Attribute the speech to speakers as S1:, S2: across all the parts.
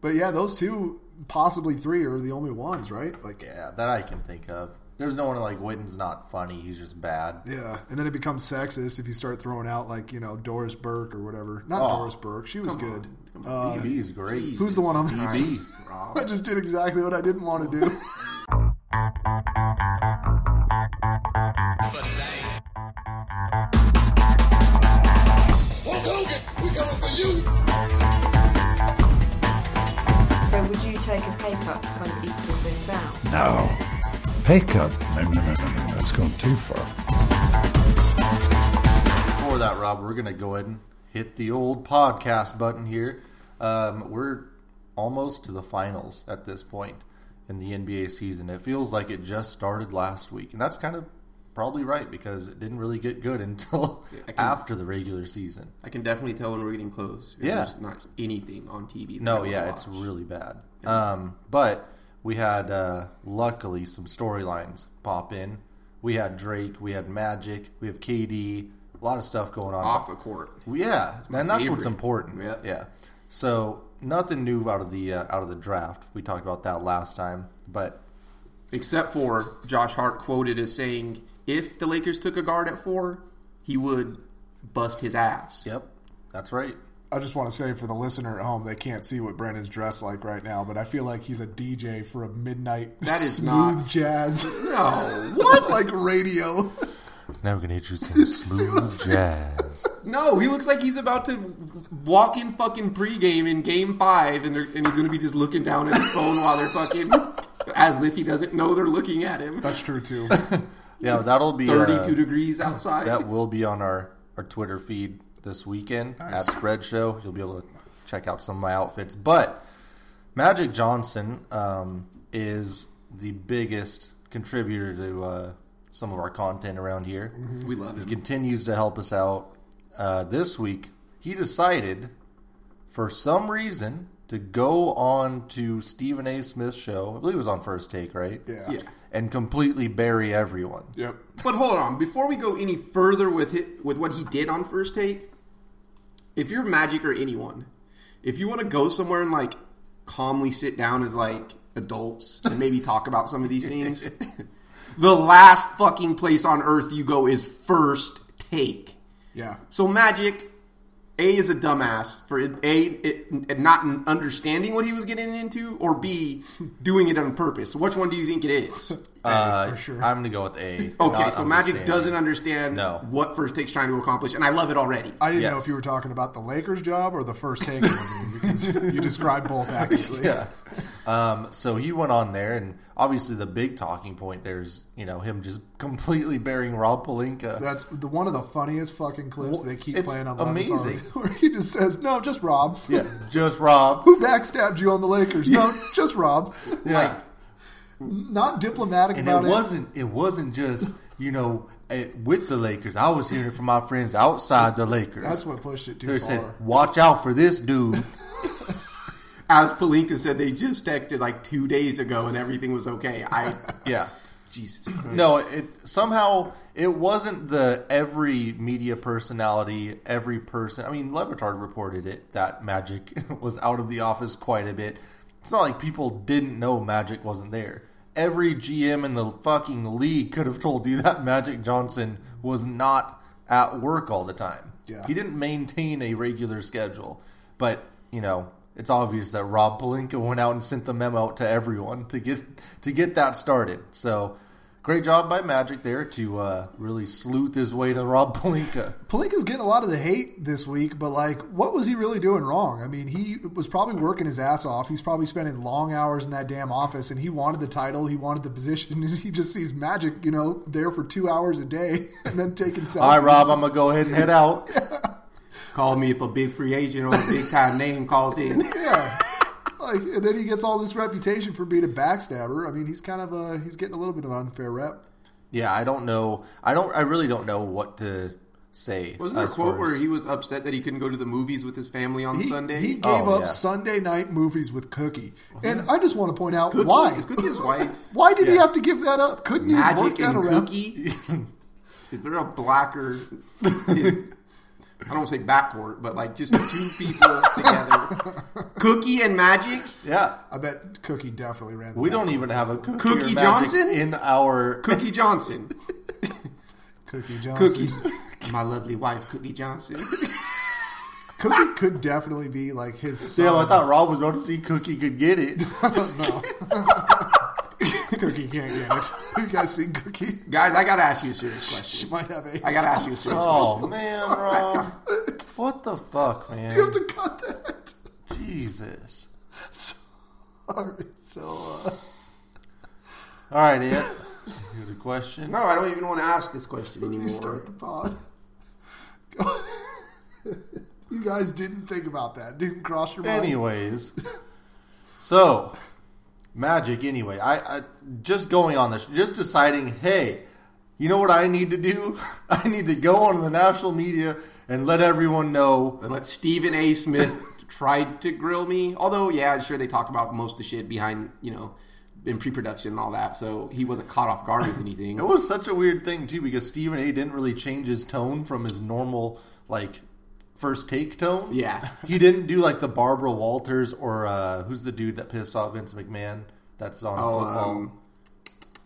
S1: But yeah, those two, possibly three, are the only ones, right? Like,
S2: Yeah, that I can think of. There's no one like Witten's not funny. He's just bad.
S1: yeah. And then it becomes sexist if you start throwing out like you know Doris Burke or whatever. Not
S2: Oh,
S1: Doris Burke. She was
S3: come
S1: good.
S3: on.
S1: Uh,
S2: DB's great.
S1: who's the one on that?
S2: DB?
S3: Rob.
S1: I just did exactly what I didn't want to do.
S4: So would you take a pay cut to kind of equal things out?
S5: No. Pay cut? No, no, no, no, no, no. It's gone too far.
S2: Before that, Rob, we're gonna go ahead and hit the old podcast button here. Um, we're almost to the finals at this point in the NBA season. It feels like it just started last week, and that's kind of probably right because it didn't really get good until
S3: I can-
S2: after the regular season.
S3: I can definitely tell when we're getting close.
S2: Yeah.
S3: There's not anything on TV. that I
S2: No,
S3: wanna
S2: yeah, it's
S3: watch.
S2: really bad. Um, but we had uh, luckily some storylines pop in. We had Drake, we had Magic, we have KD, a lot of stuff going on.
S3: off the court.
S2: Yeah, and that's what's
S3: favorite.
S2: important.
S3: Yeah.
S2: yeah. So nothing new out of the uh, out of the draft. We talked about that last time, but
S3: except for Josh Hart quoted as saying, if the Lakers took a guard at four, he would bust his ass.
S2: yep, that's right.
S1: I just want to say for the listener at home, they can't see what Brandon's dressed like right now, but I feel like he's a DJ for a midnight
S3: That is
S1: smooth
S3: not-
S1: jazz.
S3: No,
S1: what? like radio.
S2: Now we're gonna hit you some smooth jazz.
S3: no, he looks like he's about to walk in fucking pregame in game five, and, they're, and he's going to be just looking down at his phone while they're fucking, as if he doesn't know they're looking at him.
S1: That's true too.
S2: Yeah, that'll be uh,
S3: 32 degrees outside.
S2: That will be on our our Twitter feed this weekend at Spread Show. You'll be able to check out some of my outfits, but Magic Johnson um, is the biggest contributor to uh, some of our content around here.
S3: we love
S2: He
S3: him.
S2: continues to help us out. Uh, this week, he decided, for some reason, to go on to Stephen A. Smith's show. I believe it was on First Take, right?
S1: Yeah.
S3: Yeah.
S2: And completely bury everyone.
S1: Yep.
S3: But hold on, before we go any further with it, with what he did on first take, if you're Magic or anyone, if you want to go somewhere and like calmly sit down as like adults and maybe talk about some of these things, the last fucking place on earth you go is first take.
S1: Yeah.
S3: So Magic, A is a dumbass for it- A it, it not understanding what he was getting into, or B doing it on purpose. So which one do you think it is?
S2: Uh,
S1: for sure.
S2: I'm going to go with A.
S3: Okay,
S2: not
S3: so Magic
S2: understanding.
S3: doesn't understand
S2: No.
S3: what First Take's trying to accomplish, and I love it already.
S1: I didn't
S2: Yes.
S1: know if you were talking about the Lakers job or the first take interview because you described both accurately.
S2: Yeah. Um, so he went on there, and obviously the big talking point there's you know him just completely burying Rob Palinka.
S1: That's the one of the funniest fucking clips
S2: Well,
S1: they keep
S2: it's
S1: playing on Love Is
S2: amazing.
S1: Already, where he just says, "No, just Rob.
S2: yeah, just Rob.
S1: Who backstabbed you on the Lakers? No, just Rob.
S2: Yeah.
S1: Not diplomatic
S2: and it
S1: about it.
S2: wasn't it wasn't just you know it, with the Lakers. I was hearing it from my friends outside the Lakers.
S1: That's what pushed it too
S2: they
S1: far.
S2: said, "Watch out for this dude."
S3: As Palinka said, they just texted like two days ago, and everything was okay. I
S2: yeah.
S3: Jesus, Christ.
S2: No, it somehow it wasn't the every media personality, every person. I mean, Levitard reported it that Magic was out of the office quite a bit. It's not like people didn't know Magic wasn't there. Every GM in the fucking league could have told you that Magic Johnson was not at work all the time.
S1: Yeah.
S2: He didn't maintain a regular schedule. But, you know, it's obvious that Rob Palinka went out and sent the memo out to everyone to get to get that started. So great job by Magic there to uh, really sleuth his way to Rob Palinka.
S1: Palinka's getting a lot of the hate this week, but like, what was he really doing wrong? I mean, he was probably working his ass off. He's probably spending long hours in that damn office, and he wanted the title, he wanted the position, and he just sees Magic, you know, there for two hours a day and then taking selfies.
S2: All right, Rob, I'm gonna go ahead and head out.
S3: call me if a big free agent or a big time name calls in.
S1: Yeah. Like, and then he gets all this reputation for being a backstabber. I mean, he's kind of uh he's getting a little bit of unfair rep.
S2: yeah, I don't know. I don't. I really don't know what to say.
S3: Wasn't there a
S2: as
S3: quote
S2: far
S3: where
S2: as-
S3: he was upset that he couldn't go to the movies with his family on
S1: He,
S3: Sunday?
S1: he gave
S2: Oh,
S1: up
S2: yeah.
S1: Sunday night movies with Cookie, and I just want to point out
S3: Cookie,
S1: why.
S3: Is Cookie his wife?
S1: Why did he
S2: Yes.
S1: have to give that up? Couldn't he work
S3: Magic
S1: that
S3: and
S1: around?
S3: Cookie? Is there a blacker? Is, I don't want to say backcourt, but like just two people together. Cookie and Magic.
S2: Yeah.
S1: I bet Cookie definitely ran. The
S2: We
S1: back.
S2: don't even have a Cookie, or
S3: Cookie
S2: Magic
S3: Johnson?
S2: in our.
S3: Cookie Johnson.
S1: Cookie Johnson.
S3: Cookie. My lovely wife, Cookie Johnson.
S1: Cookie could definitely be like his son.
S2: Damn, I thought Rob was going to see Cookie could get it.
S1: Cookie can't get it. you guys seen Cookie?
S3: Guys, I gotta ask you a serious
S1: She
S3: question.
S1: might have AIDS.
S3: I gotta ask you a serious
S2: Oh
S3: question.
S2: man, Rob, what the fuck, man?
S1: You have to cut that.
S2: Jesus.
S1: Sorry. So uh,
S2: All right, Ed. You had a question?
S3: No, I don't even want to ask this question anymore.
S1: you start the pod. Go- you guys didn't think about that. Didn't cross your mind.
S2: Anyways, so magic. Anyway, I, I just going on this, just deciding. Hey, you know what I need to do? I need to go on the national media and let everyone know.
S3: And let Stephen A. Smith tried to grill me. Although, yeah, sure they talked about most of the shit behind, you know, in pre-production and all that, so he wasn't caught off guard with anything.
S2: It was such a weird thing too because Stephen A. didn't really change his tone from his normal like first take tone.
S3: Yeah.
S2: he didn't do like the Barbara Walters or uh, who's the dude that pissed off Vince McMahon. That's on
S3: Oh,
S2: football.
S3: um,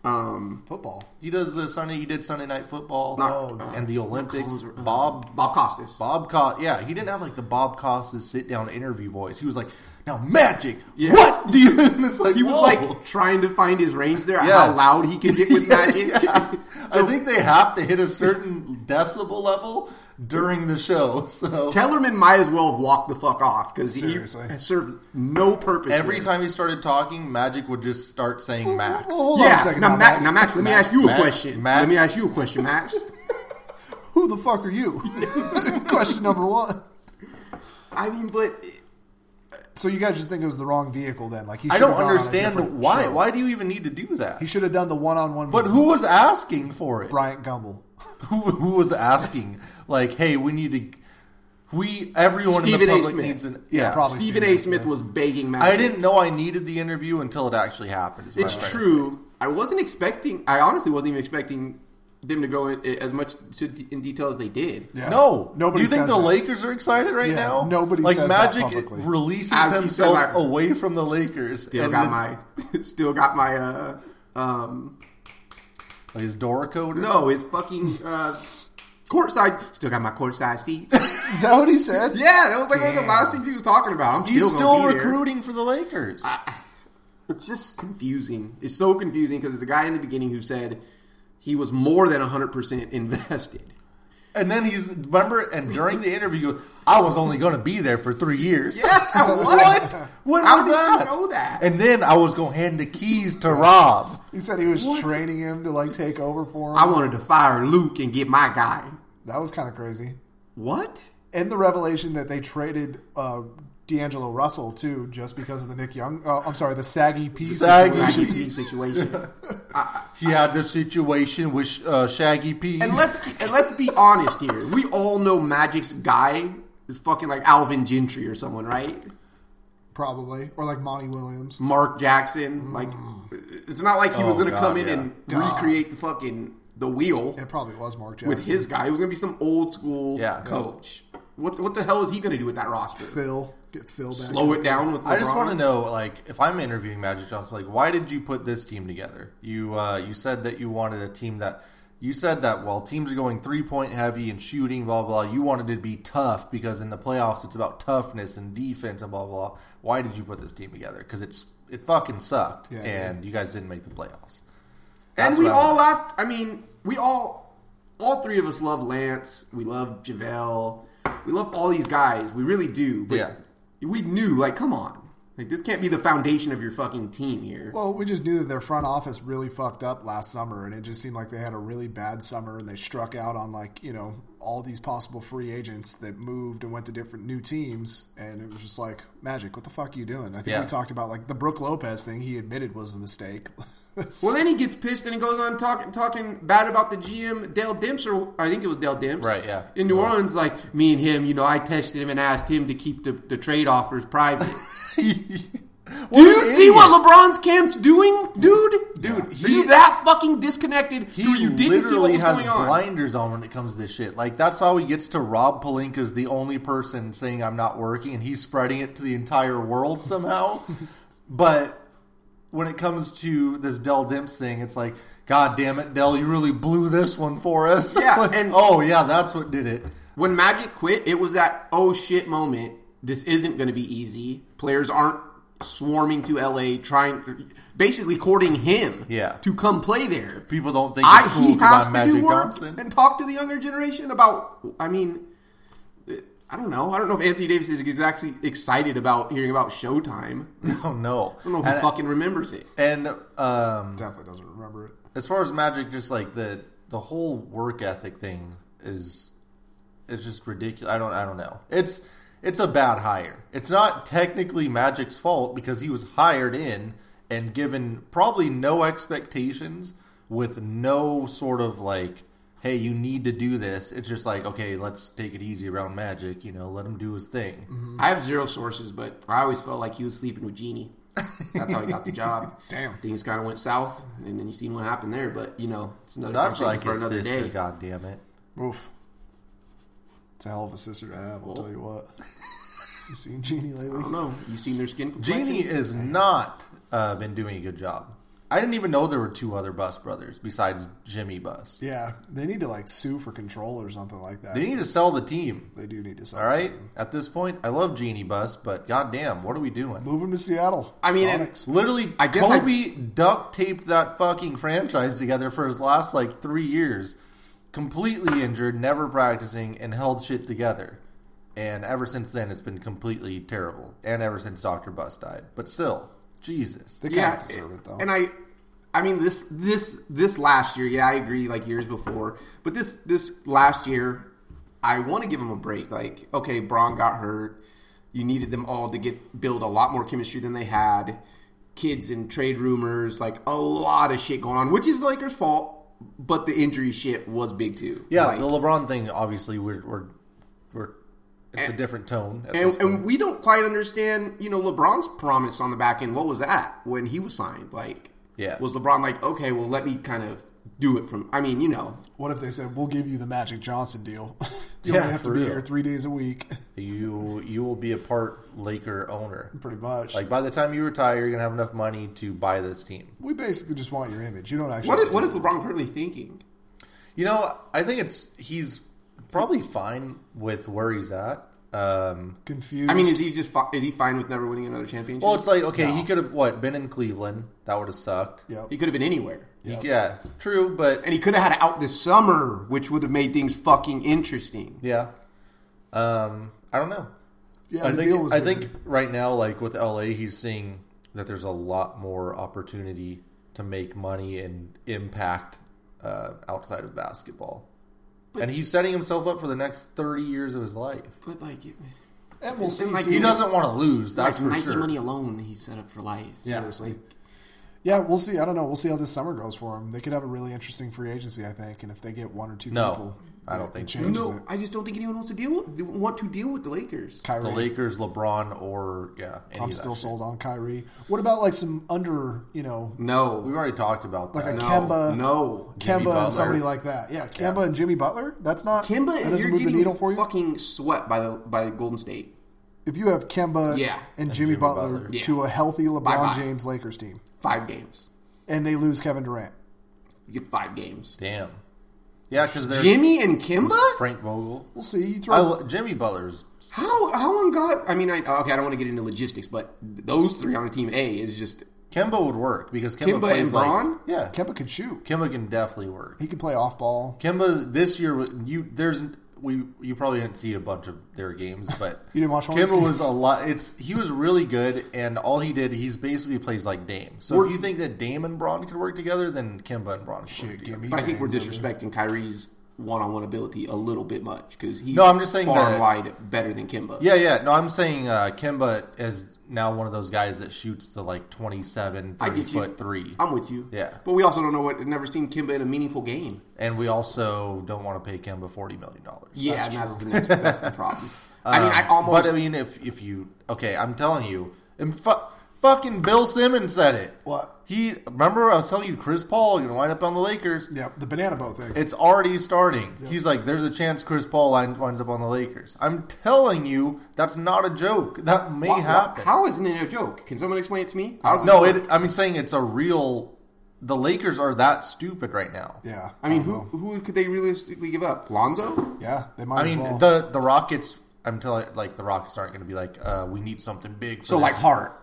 S3: um,
S1: Football.
S2: he does the Sunday. He did Sunday Night Football
S3: Oh, No.
S2: and the Olympics. Bob
S3: Bob Costas.
S2: Bob Cos, yeah, he didn't have like the Bob Costas sit down interview voice. He was like, "Now magic,
S3: Yeah.
S2: what do you?" and it's like
S3: he was
S2: whoa.
S3: like trying to find his range there, how
S2: Yes.
S3: loud he could get with magic.
S2: I think they have to hit a certain decibel level during the show. So
S3: Kellerman might as well have walked the fuck off because he
S1: Seriously.
S3: served no purpose.
S2: every
S3: there.
S2: time he started talking, Magic would just start
S3: Oh,
S2: saying Max.
S1: Well, hold on a
S3: yeah.
S1: second.
S3: Now, Max, now, Max, let me ask you a
S2: Max,
S3: question.
S2: Max.
S3: Let me ask you a question, Max.
S1: Who the fuck are you? Question number one.
S3: I mean, but
S1: So you guys just think it was the wrong vehicle then? Like he.
S2: I
S1: should've
S2: don't
S1: gone on a
S2: understand
S1: different
S2: why.
S1: show.
S2: Why do you even need to do that?
S1: he should have done the one-on-one.
S2: But
S1: with
S2: who was asking for it?
S1: Bryant Gumbel.
S2: Who, who was asking? Like, hey, we need to. We everyone in
S3: Stephen
S2: the
S3: A.
S2: public
S3: Smith.
S2: needs an
S1: Yeah, probably.
S3: Stephen A. Smith was begging Magic.
S2: I didn't know I needed the interview until it actually happened. is what
S3: It's
S2: I'm trying to
S3: true. I wasn't expecting. I honestly wasn't even expecting them to go in, eh, as much to, in detail as they did.
S1: Yeah.
S2: No,
S1: Nobody
S2: Do you think
S1: says
S2: the
S1: that.
S2: Lakers are excited right
S1: Yeah,
S2: now?
S1: nobody
S2: like
S1: says that
S2: Magic
S1: publicly.
S2: releases
S3: As he
S2: himself
S3: said, like-
S2: away from the Lakers.
S3: Still
S2: and
S3: got
S2: then-
S3: my. Still got my. Uh, um,
S2: like his Dora code. or
S3: no, it's fucking uh, courtside. Still got my courtside seats.
S1: Is that what he said?
S3: yeah, that was like one of the
S1: Damn.
S3: last things he was talking about. I'm
S2: something. he's
S3: still,
S2: still
S3: gonna be there.
S2: recruiting for the Lakers.
S3: It's just confusing. It's so confusing because there's a guy in the beginning who said he was more than 100 percent invested.
S2: and then he's remember, and during the interview, he goes, I was only going to be there for three years.
S3: Yeah,
S2: what? When
S3: How
S2: was
S3: did you
S2: that?
S3: know that?
S2: And then I was going to hand the keys to Rob.
S1: He said he was training him to like take over for him.
S3: I wanted to fire Luke and get my guy.
S1: that was kind of crazy.
S3: What?
S1: And the revelation that they traded uh, D'Angelo Russell too, just because of the Nick Young. Uh, I'm sorry, the saggy piece.
S2: Saggy.
S1: situation.
S3: IDP situation.
S2: He had the situation with uh, Shaggy P.
S3: and let's and let's be honest here. We all know Magic's guy is fucking like Alvin Gentry or someone, right?
S1: probably, or like Monty Williams.
S3: Mark Jackson. Like, it's not like he was
S2: Oh,
S3: gonna
S2: God,
S3: come in
S2: yeah.
S3: and recreate the fucking the wheel
S1: It probably was Mark Jackson
S3: with his guy. It was gonna be some old school
S2: Yeah, no.
S3: coach. What what the hell is he gonna do with that roster?
S1: Phil. Get Phil back.
S3: Slow it down with. LeBron?
S2: I just want to know, like, if I'm interviewing Magic Johnson, like, why did you put this team together? You uh, you said that you wanted a team that you said that while teams are going three point heavy and shooting, blah blah, you wanted it to be tough because in the playoffs it's about toughness and defense and blah blah. blah. Why did you put this team together? Because it's it fucking sucked,
S1: Yeah, it
S2: and you guys didn't make the playoffs.
S3: And
S2: That's
S3: we
S2: what I
S3: all
S2: want.
S3: laughed. I mean, we all, all three of us love Lance. We love JaVale. We love all these guys. We really do. But
S2: Yeah.
S3: we knew, like, come on. Like, this can't be the foundation of your fucking team here.
S1: Well, we just knew that their front office really fucked up last summer, and it just seemed like they had a really bad summer, and they struck out on like you know all these possible free agents that moved and went to different new teams, and it was just like Magic. What the fuck are you doing? I think
S2: Yeah.
S1: we talked about like the Brooke Lopez thing. He admitted was a mistake.
S3: Well, then he gets pissed and he goes on talking talking bad about the GM Dale Demps, or I think it was Dale Demps,
S2: Right, yeah.
S3: in New
S2: It was.
S3: Orleans. Like me and him, you know, I texted him and asked him to keep the, the trade offers private. Do you
S2: an
S3: see
S2: idiot.
S3: what LeBron's camp's doing, dude? Dude,
S2: Yeah.
S3: are you
S2: He-
S3: that fucking disconnected?
S2: He
S3: dude, you didn't see
S2: literally
S3: what was
S2: has
S3: going on.
S2: blinders on when it comes to this shit. Like that's how he gets to Rob Palinka's the only person saying I'm not working, and he's spreading it to the entire world somehow. but when it comes to this Dell Dimps thing, it's like, God damn it, Dell, you really blew this one for us.
S3: Yeah,
S2: Like,
S3: and-
S2: oh yeah, that's what did it.
S3: When Magic quit, it was that oh shit moment. This isn't going to be easy. Players aren't swarming to LA trying, basically courting him.
S2: Yeah.
S3: to come play there.
S2: People don't think
S3: I,
S2: it's cool
S3: he has
S2: because
S3: to
S2: I'm Magic
S3: do work
S2: Johnson.
S3: and talk to the younger generation about. I mean, I don't know. I don't know if Anthony Davis is exactly excited about hearing about Showtime. I
S2: Oh no.
S3: don't know if he
S2: and,
S3: fucking remembers it.
S2: and um
S1: Definitely doesn't remember it.
S2: as far as magic just like the the whole work ethic thing is is just ridiculous i don't i don't know it's it's a bad hire it's not technically magic's fault because he was hired in and given probably no expectations with no sort of like hey you need to do this it's just like okay let's take it easy around magic you know let him do his thing
S3: I have zero sources, but I always felt like he was sleeping with Jeannie. That's how he got the job.
S1: Damn.
S3: things kind of went south, and then you seen what happened there. But you know, it's another
S2: that's
S3: conversation
S2: like
S3: for
S2: his
S3: another
S2: sister
S3: day.
S2: god damn it
S1: Oof. It's a hell of a sister to have, I'll tell you what. You seen Jeannie
S3: I
S1: lately?
S3: don't know. You seen their skin
S2: Jeannie
S3: complexions?
S2: has not uh, been doing a good job. I didn't even know there were two other Bus brothers besides Jimmy Bus.
S1: Yeah, they need to like sue for control or something like that.
S2: They need to sell the team.
S1: They do need to sell.
S2: All right. At this point, I love Jeannie Bus, but goddamn, what are we doing?
S1: move him to Seattle.
S3: I mean, and-
S1: Sonics.
S2: Literally,
S3: I guess I-
S2: Kobe duct taped that fucking franchise together for his last like three years, completely injured, never practicing, and held shit together. And ever since then, it's been completely terrible. And ever since Doctor Bus died, but still, Jesus.
S1: they kind
S3: yeah,
S1: of deserve it though.
S3: and I, I mean this this this last year. Yeah, I agree. Like years before, but this this last year, I want to give him a break. Like, okay, Braun got hurt. You needed them all to get build a lot more chemistry than they had. Kids and trade rumors, like a lot of shit going on, which is the Lakers' fault. But the injury shit was big too.
S2: Yeah,
S3: Like,
S2: the LeBron thing. Obviously, we're we're, we're it's a different tone. At this
S3: And,
S2: point.
S3: and we don't quite understand, you know, LeBron's promise on the back end. What was that when he was signed? Like,
S2: Yeah.
S3: was LeBron like, okay, well, let me kind of do it from? I mean, you know,
S1: what if they said we'll give you the Magic Johnson deal? you
S2: Yeah,
S1: only have to
S2: for
S1: be
S2: real.
S1: here three days a week,
S2: you you will be a part Laker owner.
S1: pretty much.
S2: Like by the time you retire, you're gonna have enough money to buy this team.
S1: we basically just want your image. You don't actually.
S3: what is, what is LeBron currently thinking?
S2: You know, I think it's he's probably fine with where he's at. Um,
S1: confused?
S3: I mean, is he just fi- is he fine with never winning another championship?
S2: well, it's like okay, he could have what been in Cleveland. That would have sucked.
S1: Yep.
S3: he could have been anywhere,
S1: Yep.
S2: Yeah, true, but
S3: and he could have had it out this summer, which would have made things fucking interesting.
S2: yeah. Um, I don't know.
S1: yeah,
S2: I
S1: the
S2: think
S1: deal was
S2: I
S1: weird.
S2: think right now, like with LA, he's seeing that there's a lot more opportunity to make money and impact uh, outside of basketball, and he's setting himself up for the next thirty years of his life.
S3: But like, it-
S1: and we'll see.
S3: like,
S1: too.
S2: He doesn't want to lose.
S3: like
S2: That's for
S3: Nike
S2: sure.
S3: money alone, he's set up for life.
S2: Yeah.
S3: Seriously,
S1: Yeah, we'll see. I don't know. We'll see how this summer goes for them. They could have a really interesting free agency, I think. And if they get one or two
S2: No,
S1: people,
S2: I don't
S1: it
S2: think so.
S1: changes
S3: no,
S1: it.
S3: I just don't think anyone wants to deal with, want to deal with the Lakers.
S1: Kyrie.
S2: The Lakers, LeBron, or yeah, any
S1: I'm
S2: of that
S1: still
S2: shit.
S1: sold on Kyrie. What about like some under, you know,
S3: No,
S2: We've already talked about
S1: Like
S2: that.
S1: a
S3: No,
S1: Kemba.
S3: No.
S2: Jimmy
S1: Kemba
S2: Butler.
S1: and somebody like that? Yeah, Kemba and Jimmy Butler. That's not
S3: Kimba
S1: That
S3: is
S1: doesn't move the needle for you.
S3: fucking swept by the by Golden State.
S1: If you have Kemba
S3: Yeah.
S1: and, Jimmy,
S2: Jimmy
S1: Butler,
S2: Butler.
S3: Yeah.
S1: to a healthy LeBron
S3: Bye-bye.
S1: James Lakers team,
S3: Five games.
S1: and they lose Kevin Durant,
S3: You get five games.
S2: Damn. Yeah, because they're
S3: Jimmy and Kimba?
S2: Frank Vogel.
S1: we'll see. You throw
S2: I, lo- Jimmy Butler's
S3: How how long got I mean I okay, I don't want to get into logistics, but those three on team A is just
S2: Kemba would work because Kemba,
S3: Kemba
S2: plays
S3: and
S2: like-
S3: Bron?
S2: yeah,
S1: Kemba could shoot.
S2: Kemba can definitely work.
S1: He could play off ball.
S2: Kimba this year you there's we you probably didn't see a bunch of their games, but
S1: You didn't watch all these
S2: Kimba
S1: games?
S2: was a lot. It's he was really good, and all he did he's basically plays like Dame. So if you think that Dame and Braun could work together, then Kimba and Braun should. Work together.
S1: Gimme
S3: but I think
S1: Dame,
S3: we're
S1: brother.
S3: disrespecting Kyrie's one on one ability a little bit much because he's
S2: No, I'm just saying
S3: far
S2: that-
S3: and wide better than Kimba.
S2: Yeah, yeah. No, I'm saying uh, Kimba is now one of those guys that shoots the like 27,
S3: I
S2: 30
S3: get you.
S2: foot three,
S3: I'm with you.
S2: Yeah.
S3: But we also don't know what never seen Kimba in a meaningful game.
S2: and we also don't want to pay Kimba forty million dollars.
S3: Yeah, and that's the next
S2: Um,
S3: that's the problem. I mean I almost
S2: But I mean, if if you okay, I'm telling you, and fu- Fucking Bill Simmons said it.
S1: What?
S2: He remember I was telling you Chris Paul going to wind up on the Lakers.
S1: Yeah, the banana boat thing.
S2: It's already starting. He's like, there's a chance Chris Paul wind- winds up on the Lakers. I'm telling you, that's not a joke. That may
S3: Wha- wha-
S2: happen.
S3: How isn't it a joke? Can someone explain it to me? How is
S2: no,
S3: it.
S2: it, I'm saying it's a real. The Lakers are that stupid right now.
S1: yeah,
S3: I mean,
S1: don't
S3: who
S2: Uh-huh.
S1: know.
S3: who could they realistically give up? Lonzo?
S1: Yeah, they might
S2: I mean,
S1: as well.
S2: the the Rockets. I'm telling like the Rockets aren't going to be like, uh, we need something big. For
S3: So like
S2: this.
S3: Hart.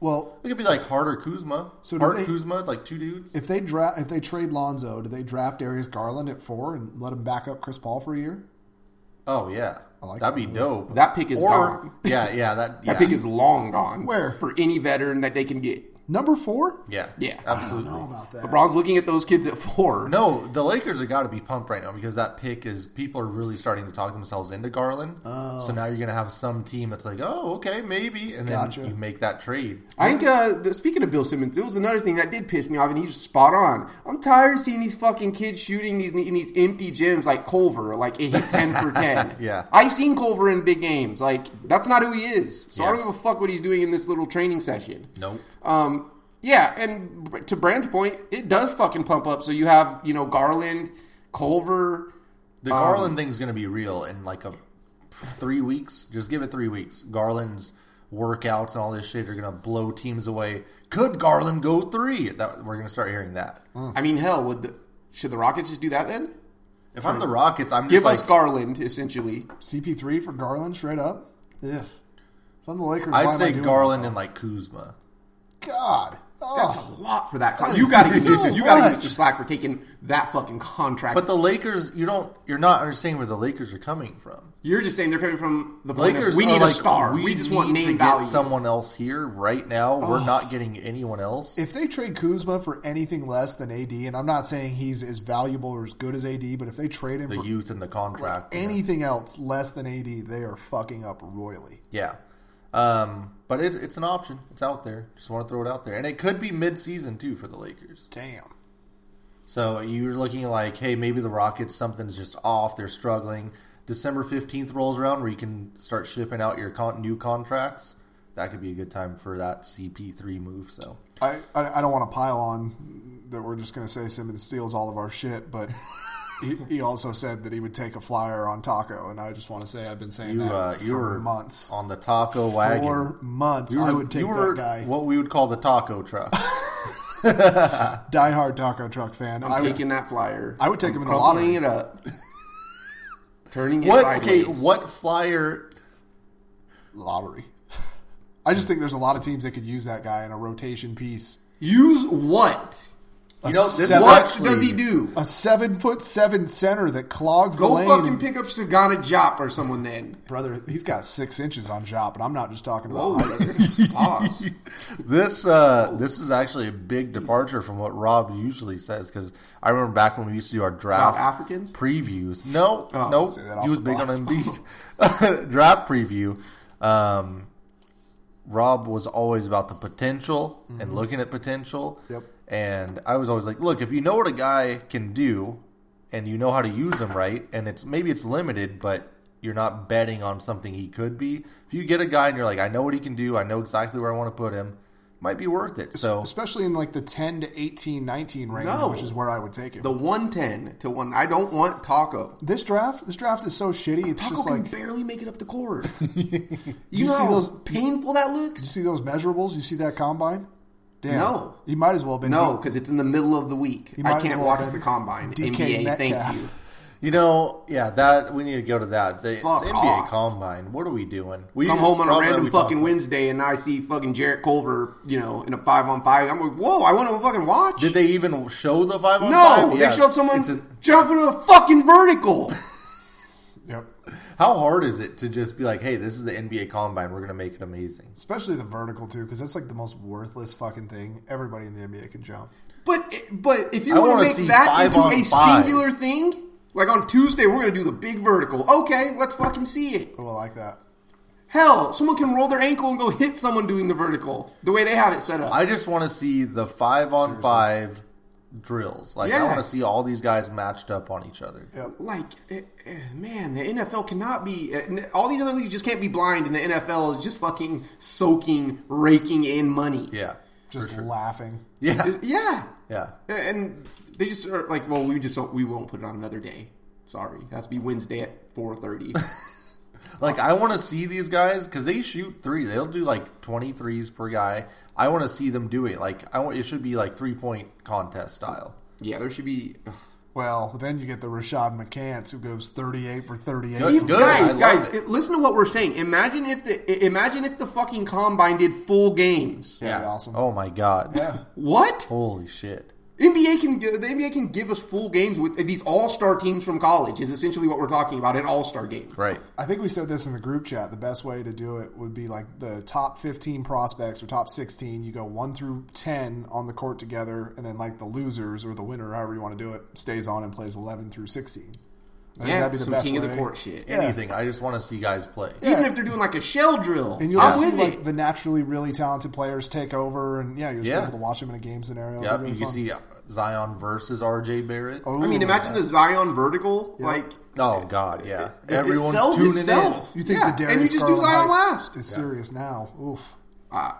S1: well,
S2: It could be like Hart or Kuzma.
S1: So do
S2: Hart
S1: they-
S2: Kuzma, like two dudes.
S1: if they draft, if they trade Lonzo, do they draft Darius Garland at four and let him back up Chris Paul for a year?
S2: oh yeah,
S1: like that
S2: that'd be
S1: move.
S2: dope.
S3: That pick is
S2: Or-
S3: gone.
S2: Yeah, yeah, that, yeah.
S3: That pick is long gone.
S1: Where?
S3: for any veteran that they can get.
S1: Number four?
S2: yeah,
S3: Yeah.
S2: absolutely.
S1: I don't know about that.
S3: LeBron's looking at those kids at four.
S2: No, the Lakers have got to be pumped right now because that pick is people are really starting to talk themselves into Garland.
S1: Oh.
S2: So now you're going to have some team that's like, oh, okay, maybe, and then
S1: Gotcha.
S2: you make that trade.
S3: I think, uh, the, speaking of Bill Simmons, it was another thing that did piss me off, and he's spot on. I'm tired of seeing these fucking kids shooting these in these empty gyms like Culver, like it hit 10 for 10.
S2: Yeah.
S3: I seen Culver in big games. Like, that's not who he is. So I don't
S2: Yeah.
S3: give a fuck what he's doing in this little training session.
S2: Nope.
S3: Um, yeah, and b- to Brand's point, it does fucking pump up. So you have, you know, Garland, Culver.
S2: The
S3: Um,
S2: Garland thing's going to be real in like a three weeks. Just give it three weeks. Garland's workouts and all this shit are going to blow teams away. Could Garland go three? That we're going to start hearing that.
S3: I mean, hell, would the, should the Rockets just do that then?
S2: If I'm the Rockets, I'm
S3: Give
S2: just like,
S3: us Garland, essentially.
S1: CP3 for Garland straight up? Ugh. If I'm the Lakers, why am
S2: I'd
S1: I
S2: say
S1: doing
S2: Garland
S1: that?
S2: and like Kuzma.
S1: God.
S3: That's
S1: Oh.
S3: a lot for that. Con-
S1: That
S3: you
S1: is
S3: got to
S1: so
S3: you got to give
S1: much.
S3: some slack for taking that fucking contract.
S2: But the Lakers, you don't, you're not understanding where the Lakers are coming from.
S3: you're just saying they're coming from the point of,
S2: Lakers,
S3: We
S2: are
S3: need
S2: like,
S3: a star. We,
S2: We,
S3: just
S2: need
S3: want
S2: to
S3: name
S2: get
S3: value.
S2: someone else here right now. We're not getting anyone else.
S1: If they trade Kuzma for anything less than AD, and I'm not saying he's as valuable or as good as AD, but if they trade him
S2: the
S1: for
S2: youth and the contract, you know.
S1: anything else less than AD, they are fucking up royally.
S2: yeah. Um, but it, it's an option. It's out there. Just want to throw it out there, and it could be mid-season too for the Lakers.
S1: Damn.
S2: So you're looking like, hey, maybe the Rockets something's just off. They're struggling. December fifteenth rolls around where you can start shipping out your con- new contracts. That could be a good time for that CP3 move. So
S1: I, I, I don't want to pile on that we're just going to say Simmons steals all of our shit, but he, he also said that he would take a flyer on Taco, and I just want to say I've been saying
S2: you
S1: that
S2: uh,
S1: for
S2: you were
S1: months.
S2: on the taco wagon.
S1: Four months.
S2: You were-
S1: I would take
S2: you were
S1: that guy.
S2: What we would call the taco truck.
S1: diehard taco truck fan. I would,
S3: taking that flyer.
S1: I would take him in the lottery.
S3: Crumpling it up. Turning it
S2: what? Okay,
S3: sideways.
S2: what flyer?
S1: Lottery. I just think there's a lot of teams that could use that guy in a rotation piece.
S3: Use what?
S1: A
S2: You know, this
S1: seven,
S3: What
S2: actually-
S3: does he do?
S1: a seven foot seven center that clogs the
S3: Go
S1: lane.
S3: fucking
S1: and-
S3: pick up Sagana Jop or someone then.
S1: brother, he's got six inches on Jop, and I'm not just talking about.
S3: Oh,
S1: height.
S3: boss.
S2: This uh, this is actually a big departure from what Rob usually says because I remember back when we used to do our draft
S3: About Africans?
S2: previews. No, no,
S1: Oh, Say that off
S2: he was
S1: the
S2: big on
S1: bat.
S2: Embiid draft preview. Um, Rob was always about the potential and looking at potential.
S1: Mm-hmm. Yep.
S2: And I was always like, look, if you know what a guy can do and you know how to use him right, and it's maybe it's limited, but you're not betting on something he could be. If you get a guy and you're like, I know what he can do, I know exactly where I want to put him, might be worth it. So
S1: Especially in like the 10 to 18, 19 range,
S3: No.
S1: which is where I would take him.
S3: The 110 to 1. I don't want Taco.
S1: this draft, this draft is so shitty. It's
S3: Taco
S1: just
S3: can
S1: like you
S3: barely make it up the court. you,
S1: You
S3: know
S1: see
S3: how
S1: those-
S3: painful that looks?
S1: see those measurables. You see that combine? Damn,
S3: No.
S1: he might as well have been
S3: No,
S1: beat.
S3: because it's in the middle of the week.
S1: He might
S3: I
S1: as
S3: can't
S1: well
S3: watch
S1: have
S3: the
S1: been
S3: combine.
S1: DK
S3: NBA,
S1: Metcalf.
S3: thank you.
S2: You know, yeah, that we need to go to that. The, the
S3: Fuck
S2: NBA
S3: off.
S2: Combine. What are we doing? We
S3: Come home on a
S2: Rob and I,
S3: random
S2: we talked
S3: fucking
S2: about-
S3: Wednesday, and I see fucking Jarrett Culver, you know, in a five on five. I'm like, whoa, I want to fucking watch.
S2: Did they even show the five on
S3: no,
S2: five?
S3: they
S2: Yeah,
S3: showed someone
S2: it's a-
S3: jumping a fucking vertical.
S1: Yep.
S2: how hard is it to just be like, hey, this is the NBA Combine. We're gonna make it amazing.
S1: Especially the vertical too, because that's like the most worthless fucking thing. Everybody in the NBA can jump.
S3: but but if
S2: I
S3: you want
S2: wanna
S3: to
S2: see
S3: make that
S2: five
S3: into
S2: on
S3: a
S2: five.
S3: singular thing, like on Tuesday we're gonna do the big vertical. Okay, let's fucking see it.
S1: Oh, I like that.
S3: Hell, someone can roll their ankle and go hit someone doing the vertical the way they have it set up.
S2: I just want to see the five on five drills. Like I
S3: Yeah.
S2: want to see all these guys matched up on each other.
S3: Like, eh, eh, man, the NFL cannot be. eh, n- All these other leagues just can't be blind, and the NFL is just fucking soaking, raking in money.
S2: Yeah,
S1: Just laughing.
S2: yeah,
S3: It's- yeah.
S2: yeah.
S3: And they just are like, well, we just don't, we won't put it on another day. Sorry, it has to be Wednesday at four thirty.
S2: Like I want to see these guys because they shoot three. They'll do like 23s per guy. I want to see them do it. Like I want it should be like three point contest style.
S3: yeah, there should be. ugh.
S1: Well, then you get the Rashad McCants who goes 38 for 38.
S2: Good.
S1: from-
S2: I
S3: guys,
S2: love
S3: guys,
S2: it.
S3: eh, listen to what we're saying. Imagine if the i- imagine if the fucking combine did full games.
S1: That'd be awesome.
S2: Oh my god.
S1: Yeah.
S3: What
S2: Holy shit.
S3: NBA can gi- the NBA can give us full games with these all star teams from college is essentially what we're talking about an all star game.
S2: Right.
S1: I think we said this in the group chat. The best way to do it would be like the top 15 prospects or top 16. You go 1 through 10 on the court together, and then like the losers or the winner, however you want to do it, stays on and plays 11 through 16. I think
S3: Yeah,
S1: that'd be the
S3: some
S1: best
S3: king of the
S1: way.
S3: court shit.
S2: Anything. I just want to see guys play.
S3: Even if they're doing like a shell drill,
S1: And you'll
S3: I'm
S1: just see
S3: with
S1: like
S3: it.
S1: the naturally really talented players take over, and yeah, you'll just
S2: Yeah.
S1: be able to watch them in a game scenario. It'd
S2: Yep.
S1: be
S2: You
S1: really
S2: can
S1: fun.
S2: see Zion versus RJ Barrett. Oh,
S3: I mean,
S1: Ooh.
S3: imagine the Zion vertical. Like,
S2: god. Yeah.
S3: it-
S2: Everyone's
S3: it sells
S2: tuning
S3: itself.
S1: You think
S3: yeah.
S1: the Darius
S3: and you just do
S1: Garland hype
S3: Zion last.
S1: is serious now? Oof.
S3: Uh,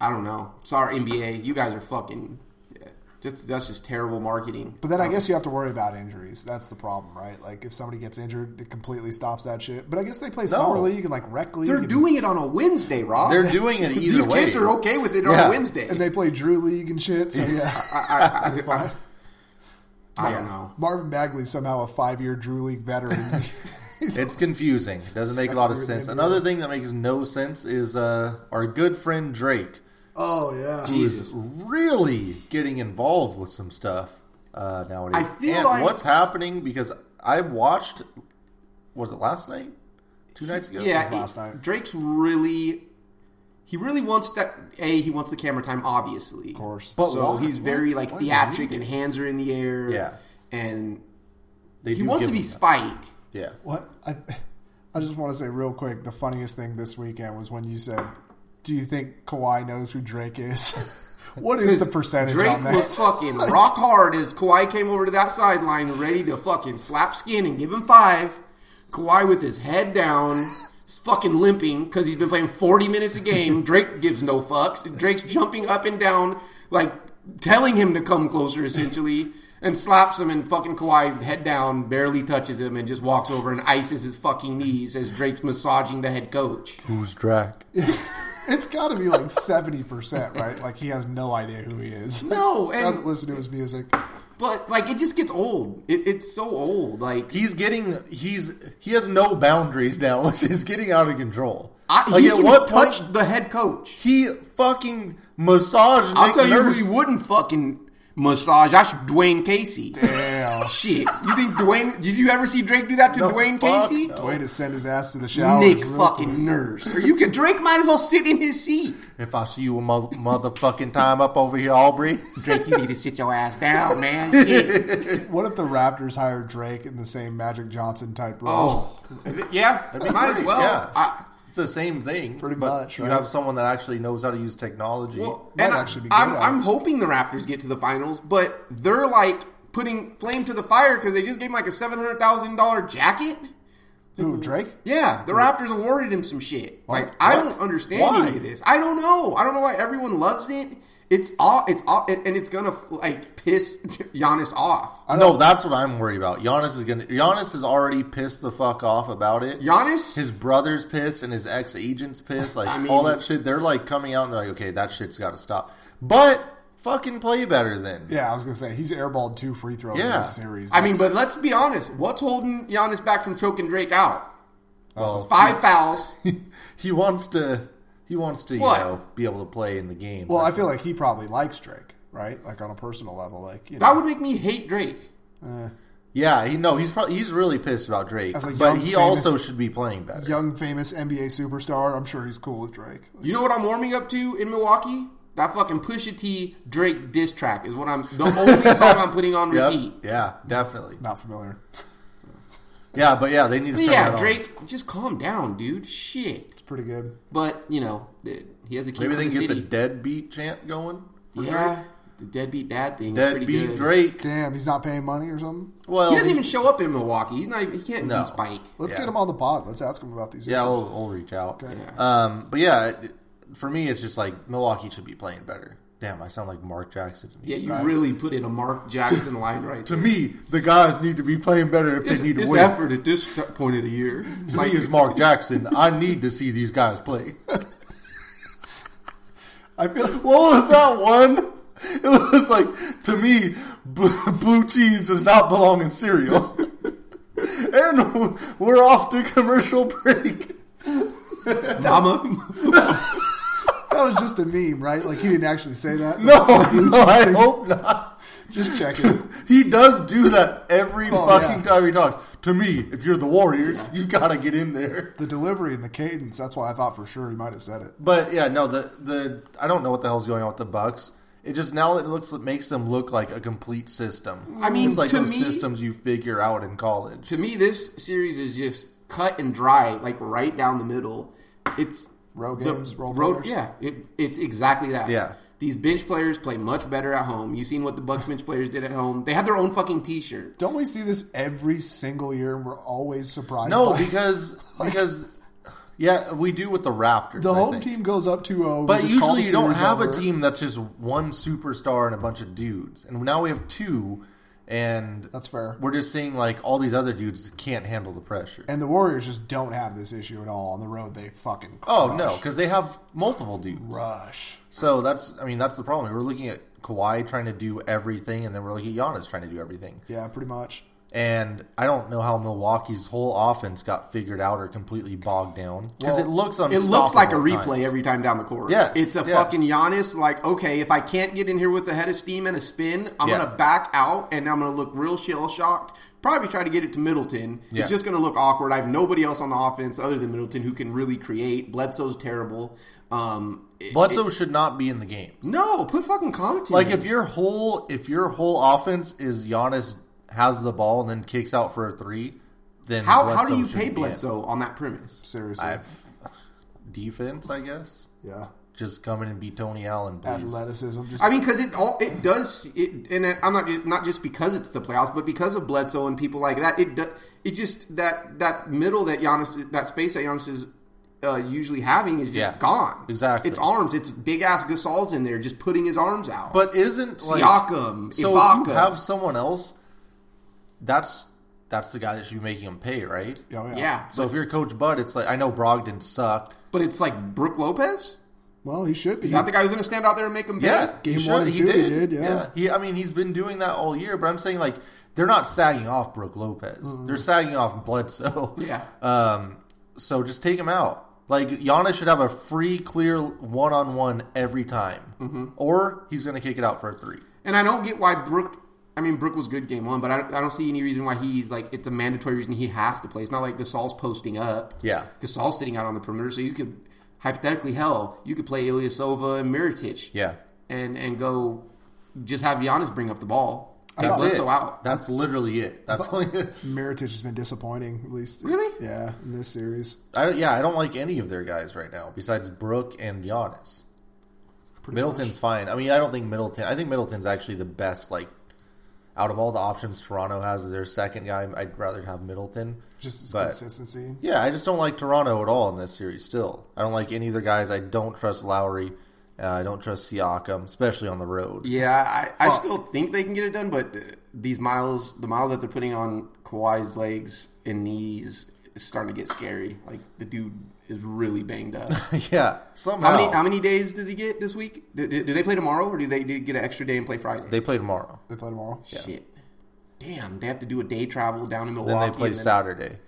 S3: I don't know. Sorry, NBA. You guys are fucking. yeah, Just, that's just terrible marketing.
S1: But then I guess you have to worry about injuries. That's the problem, right? Like if somebody gets injured, it completely stops that shit. But I guess they play summer league and like rec league.
S3: They're
S1: and,
S3: doing it on a Wednesday, Rob.
S2: They're doing it either
S3: These
S2: way.
S3: kids are okay with it on
S2: Yeah.
S3: a Wednesday.
S1: and they play Drew league and shit. So yeah,
S3: I, I, I, I, I don't know.
S1: Marvin Bagley's somehow a five-year Drew league veteran. He's-
S2: It's confusing. It doesn't make a lot of sense. Another thing that makes no sense is uh, our good friend Drake,
S1: oh yeah,
S2: who is really getting involved with some stuff uh, nowadays.
S3: I feel
S2: and
S3: like-
S2: what's happening because I watched. Was it last night? Two nights ago.
S3: Yeah,
S1: was last
S3: he-
S1: night.
S3: Drake's really. He really wants that. A, he wants the camera time, obviously. Of
S1: course.
S2: But
S3: so
S2: why-
S3: he's very like
S2: why does he
S3: theatric
S2: need
S3: and hands are in the air.
S2: Yeah.
S3: and
S2: They
S3: he
S2: do
S3: wants
S2: give
S3: to be
S2: him that.
S3: Spike.
S2: Yeah.
S1: What I, I just want to say real quick, the funniest thing this weekend was when you said, "Do you think Kawhi knows who Drake is?" what is the percentage
S3: Drake
S1: on that?
S3: was fucking rock hard as Kawhi came over to that sideline, ready to fucking slap skin and give him five. Kawhi with his head down, is fucking limping because he's been playing forty minutes a game. Drake gives no fucks. Drake's jumping up and down, like telling him to come closer, essentially, and slaps him. And fucking Kawhi head down, barely touches him, and just walks over and ices his fucking knees as Drake's massaging the head coach.
S2: Who's Drake?
S1: It's got to be like seventy percent, right? Like he has no idea who he is.
S3: No, and-
S1: doesn't listen to his music.
S3: But like, it just gets old. It, it's so old. Like
S2: He's getting he's he has no boundaries now, which is getting out of control.
S3: I,
S2: like
S3: he
S2: at
S3: can
S2: what
S3: touch
S2: point
S3: the head coach.
S2: he fucking massaged?
S3: I'll
S2: Nick
S3: tell you
S2: Nurse.
S3: who he wouldn't fucking massage. That's Dwayne Casey.
S1: Damn.
S3: Shit. You think Dwayne? Did you ever see Drake do that to
S2: No,
S3: Dwayne
S2: fuck
S3: Casey?
S2: no.
S1: Way to send his ass to the shower.
S3: Nick
S1: real
S3: fucking
S1: quick.
S3: nurse. Or you could Drake might as well sit in his seat.
S2: If I see you a mother, motherfucking time up over here, Aubrey.
S3: Drake, you need to sit your ass down, man. Shit.
S1: What if the Raptors hired Drake in the same Magic Johnson type role?
S3: Oh, yeah. Might as
S2: Great,
S3: well.
S2: yeah.
S3: I,
S2: it's the same thing.
S1: Pretty
S2: but
S1: much,
S2: You
S1: right?
S2: have someone that actually knows how to use technology.
S3: Well,
S1: Might
S3: and
S1: actually be good
S3: I, am
S1: at it.
S3: I'm hoping the Raptors get to the finals, but they're like putting flame to the fire because they just gave him like a seven hundred thousand dollar jacket.
S1: Who Drake?
S3: Yeah, the Raptors awarded him some shit. Like I
S2: What?
S3: don't understand
S2: Why?
S3: any of this. I don't know. I don't know why everyone loves it. It's all. It's all, and and it's gonna like piss Giannis off.
S2: no, that's what I'm worried about. Giannis is gonna. Giannis is already pissed the fuck off about it.
S3: Giannis,
S2: his brother's pissed and his ex agent's pissed, like
S3: I mean-
S2: all that shit. They're like coming out and they're like, okay, that shit's got to stop. But fucking play better then.
S1: Yeah, I was gonna say he's airballed two free throws in
S2: Yeah.
S1: this series.
S3: I mean,
S1: That's-
S3: but let's be honest. What's holding Giannis back from choking Drake out?
S2: Well,
S3: Five fouls.
S2: he wants to. He wants to,
S3: What?
S2: you know, be able to play in the game.
S1: well, I feel like he probably likes Drake, right? Like on a personal level, like you know,
S3: That would make me hate Drake.
S2: yeah, he no, he's probably he's really pissed about Drake,
S1: As a young,
S2: but he
S1: famous-
S2: also should be playing better.
S1: young famous NBA superstar. I'm sure he's cool with Drake.
S3: You know what I'm warming up to in Milwaukee? That fucking Pusha T Drake diss track is what I'm. The only song I'm putting on
S2: Yep.
S3: repeat.
S2: Yeah, definitely.
S1: Not familiar.
S2: Yeah, but yeah, they need to.
S3: But
S2: turn
S3: yeah,
S2: that
S3: Drake, just calm down, dude. Shit.
S1: It's pretty good.
S3: But you know, th- he has a key
S2: On. Maybe
S3: to
S2: they
S3: the
S2: can get
S3: city.
S2: the deadbeat chant going. for
S3: yeah.
S2: Drake.
S3: the deadbeat dad thing. is pretty
S2: Deadbeat
S3: good.
S2: Drake.
S1: Damn, he's not paying money or something.
S2: Well,
S3: He doesn't even show up in Milwaukee. He's not. Even, he can't
S2: No.
S3: no. bike.
S1: Let's
S2: Yeah.
S1: get him on the pod. Let's ask him about these.
S2: yeah,
S1: issues.
S2: we'll, we'll reach out.
S3: Yeah.
S2: Um, but yeah, it- for me, it's just like Milwaukee should be playing better. Damn, I sound like Mark Jackson. To me.
S3: Yeah, you really put in a Mark Jackson line right
S2: To
S3: there.
S2: me, the guys need to be playing better if
S3: This,
S2: they need to
S3: this
S2: win.
S3: effort at this point of the year.
S2: To
S3: Like,
S2: me, is Mark Jackson. I need to see these guys play.
S1: I feel.
S2: What was that one? It was like to me, bl- blue cheese does not belong in cereal. and we're off to commercial break.
S3: Mama.
S1: That was just a meme, right? Like he didn't actually say that.
S2: No, no, I hope not.
S1: Just checking.
S2: He does do that every
S1: Oh,
S2: fucking
S1: yeah.
S2: time he talks. To me, if you're the Warriors, you gotta get in there.
S1: The delivery and the cadence. That's why I thought for sure he might have said it.
S2: But yeah, no, the the I don't know what the hell's going on with the Bucks. It just now it looks it makes them look like a complete system.
S3: I mean,
S2: it's like
S3: to
S2: those
S3: me-
S2: systems you figure out in college.
S3: to me, this series is just cut and dry, like right down the middle. It's
S1: Road
S3: the-
S1: games, role
S3: road.
S1: players.
S3: Yeah, it, it's exactly that.
S2: Yeah.
S3: These bench players play much better at home. You've seen what the Bucks bench players did at home. They had their own fucking T-shirt.
S1: Don't we see this every single year? and We're always surprised.
S2: No,
S1: by it?
S2: because because yeah, we do with the Raptors.
S1: the
S2: I
S1: home
S2: think.
S1: team goes up 2-0. we
S2: But
S1: just call
S2: usually
S1: the
S2: you don't
S1: series
S2: have
S1: over.
S2: a team that's just one superstar and a bunch of dudes. And now we have two and
S1: That's fair.
S2: We're just seeing like all these other dudes that can't handle the pressure.
S1: And the Warriors just don't have this issue at all on the road. They fucking
S2: oh no, because they have multiple dudes.
S1: rush.
S2: So that's I mean that's the problem. We're looking at Kawhi trying to do everything, and then we're looking at Giannis trying to do everything.
S1: Yeah, pretty much.
S2: And I don't know how Milwaukee's whole offense got figured out or completely bogged down because
S1: Well,
S2: it looks
S3: It
S2: unstoppable.
S3: looks like a
S2: at
S3: replay
S2: times.
S3: every time down the court.
S2: Yes,
S3: it's a
S2: yeah.
S3: fucking Giannis. Like, okay, if I can't get in here with a head of steam and a spin, I'm
S2: Yeah.
S3: gonna back out and I'm gonna look real shell shocked. Probably try to get it to Middleton.
S2: Yeah.
S3: It's just gonna look awkward. I have nobody else on the offense other than Middleton who can really create. Bledsoe's terrible. Um, it- Mm-hmm.
S2: Bledsoe should not be in the game.
S3: no, put fucking content.
S2: Like
S3: in.
S2: if your whole if your whole offense is Giannis has the ball and then kicks out for a three, then
S3: how how do
S2: Bledsoe
S3: you
S2: shouldn't
S3: pay
S2: be in.
S3: Bledsoe on that premise?
S1: Seriously.
S2: Defense, I guess.
S1: yeah.
S2: Just come in and be Tony Allen, please.
S1: Athleticism. Just
S3: I mean, because it all it does it, and it- I'm not ju- not just because it's the playoffs, but because of Bledsoe and people like that. It do, it just that that middle that Giannis that space that Giannis is uh, usually having is just
S2: Yeah.
S3: gone.
S2: Exactly.
S3: it's arms. It's big ass Gasol's in there just putting his arms out.
S2: But isn't like,
S3: Siakam,
S2: So if you
S3: Ibaka,
S2: have someone else, that's that's the guy that should be making him pay, right?
S1: oh, yeah.
S3: yeah,
S2: So if you're Coach Bud, it's like I know Brogdon sucked.
S3: but it's like Brooke Lopez.
S1: Well, he should be.
S3: He's not the guy who's going to stand out there and make him.
S2: Yeah,
S1: Game
S2: he should-
S1: one and two, he did, yeah.
S2: he. I mean, he's been doing that all year, but I'm saying like they're not sagging off Brooke Lopez.
S1: Mm-hmm.
S2: They're sagging off Bledsoe.
S3: Yeah.
S2: Um. So just take him out. Like Giannis should have a free, clear one-on-one every time,
S1: Mm-hmm.
S2: or he's going to kick it out for a three.
S3: And I don't get why Brook. I mean, Brook was good game one, but I, I don't see any reason why he's like it's a mandatory reason he has to play. It's not like Gasol's posting up.
S2: Yeah.
S3: Gasol's sitting out on the perimeter, so you could hypothetically hell you could play Ilyasova and Miritich.
S2: Yeah,
S3: and and go just have Giannis bring up the ball. Take
S2: that's it.
S3: Bledsoe out.
S2: That's literally it. That's only.
S1: Miritich has been disappointing, at least.
S3: Really?
S1: Yeah, in this series.
S2: I don't- yeah, I don't like any of their guys right now besides Brooke and Giannis. Middleton's fine. I mean, I don't think Middleton. I think Middleton's actually the best. Like, out of all the options Toronto has as their second guy, I'd rather have Middleton.
S1: Just his
S2: But-
S1: consistency.
S2: Yeah, I just don't like Toronto at all in this series. Still, I don't like any of their guys. I don't trust Lowry. Uh, I don't trust Siakam, especially on the road.
S3: Yeah, I, I still think they can get it done, but uh, these miles, the miles that they're putting on Kawhi's legs and knees, is starting to get scary. Like the dude is really banged up.
S2: yeah, somehow
S3: How many how many days does he get this week? Do, do, do they play tomorrow, or do they do get an extra day and play Friday?
S2: they play tomorrow.
S1: They play tomorrow.
S3: Shit, damn! They have to do a day travel down in Milwaukee.
S2: Then they play
S3: and then-
S2: Saturday.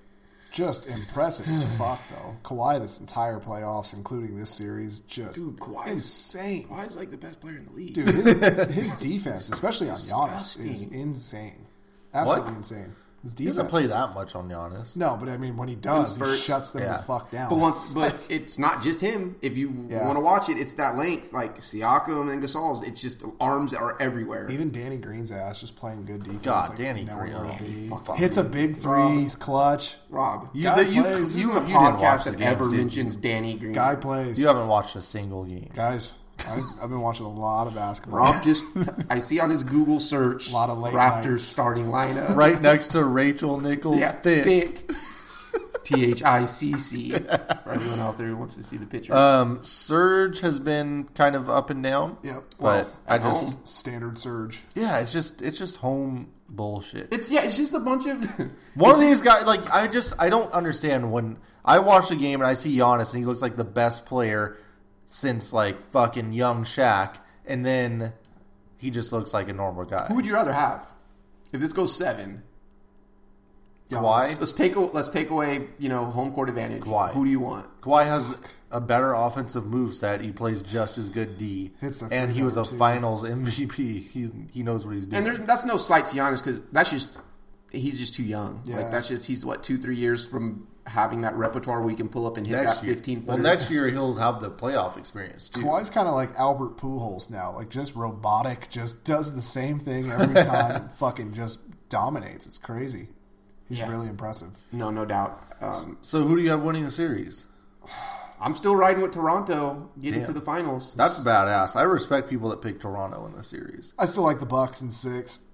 S1: Just impressive as fuck, though. Kawhi, this entire playoffs, including this series, just
S3: Dude, Kawhi is-
S1: insane.
S3: Why is like the best player in the league?
S1: Dude, his, his defense, especially on Giannis, is
S3: Disgusting.
S1: insane. Absolutely
S2: What?
S1: insane. His
S2: He
S1: defense.
S2: doesn't play that much on Giannis.
S1: No, but I mean, when he does, he
S3: spurts.
S1: shuts them
S2: Yeah.
S1: the fuck down.
S3: But once, but it's not just him. If you
S1: Yeah.
S3: want to watch it, it's that length, like Siakam and Gasol's. It's just arms are everywhere.
S1: Even Danny Green's ass just playing good defense.
S2: God,
S1: like,
S2: Danny
S1: nowhere
S2: Green. oh,
S1: to be.
S2: Fuck off.
S1: Hits a big three. He's clutch.
S3: Rob,
S2: You,
S1: Guy
S2: that you,
S1: plays.
S3: this
S2: you,
S3: isn't
S2: you
S3: a
S2: didn't watch
S3: podcast
S2: the
S3: that
S2: games,
S3: ever
S2: did you?
S3: mentions Danny Green.
S1: Guy plays.
S2: You haven't watched a single game.
S1: Guys, I've, I've been watching a lot of basketball.
S3: Rob just, I see on his Google search,
S1: Lot of late
S3: Raptors
S1: nights.
S3: starting lineup.
S2: right next to Rachel Nichols
S3: Yeah,
S2: Thick.
S3: thick. T H I C C. For everyone out there who wants to see the picture.
S2: Um, Surge has been kind of up and down.
S1: Yep.
S2: But I just
S3: home.
S1: Standard surge.
S2: yeah, it's just it's just home bullshit.
S3: it's yeah, it's just a bunch of
S2: One of these guys, like I just I don't understand when I watch a game and I see Giannis and he looks like the best player since like fucking young Shaq, and then he just looks like a normal guy.
S3: Who would you rather have? If this goes seven,
S2: Kawhi
S3: let's take a, let's take away you know home court advantage.
S2: Kawhi.
S3: Who do you want?
S2: Kawhi has a better offensive move set. He plays just as good D,
S1: Hits the
S2: and he was a
S1: three-pointer, too.
S2: Finals MVP. He he knows what he's doing.
S3: And there's that's no slight to Giannis because that's just he's just too young.
S1: Yeah.
S3: Like that's just he's what two three years from having that repertoire where you can pull up and hit that fifteen
S2: Well,
S3: footer.
S2: next year he'll have the playoff experience too.
S1: Kawhi's kind of like Albert Pujols now, like just robotic, just does the same thing every time, and fucking just dominates. It's crazy. He's
S3: Yeah.
S1: really impressive.
S3: no, no doubt. Um,
S2: So who do you have winning the series?
S3: I'm still riding with Toronto getting
S2: Yeah.
S3: to the finals.
S2: That's badass. I respect people that pick Toronto in the series.
S1: I still like the Bucks in six.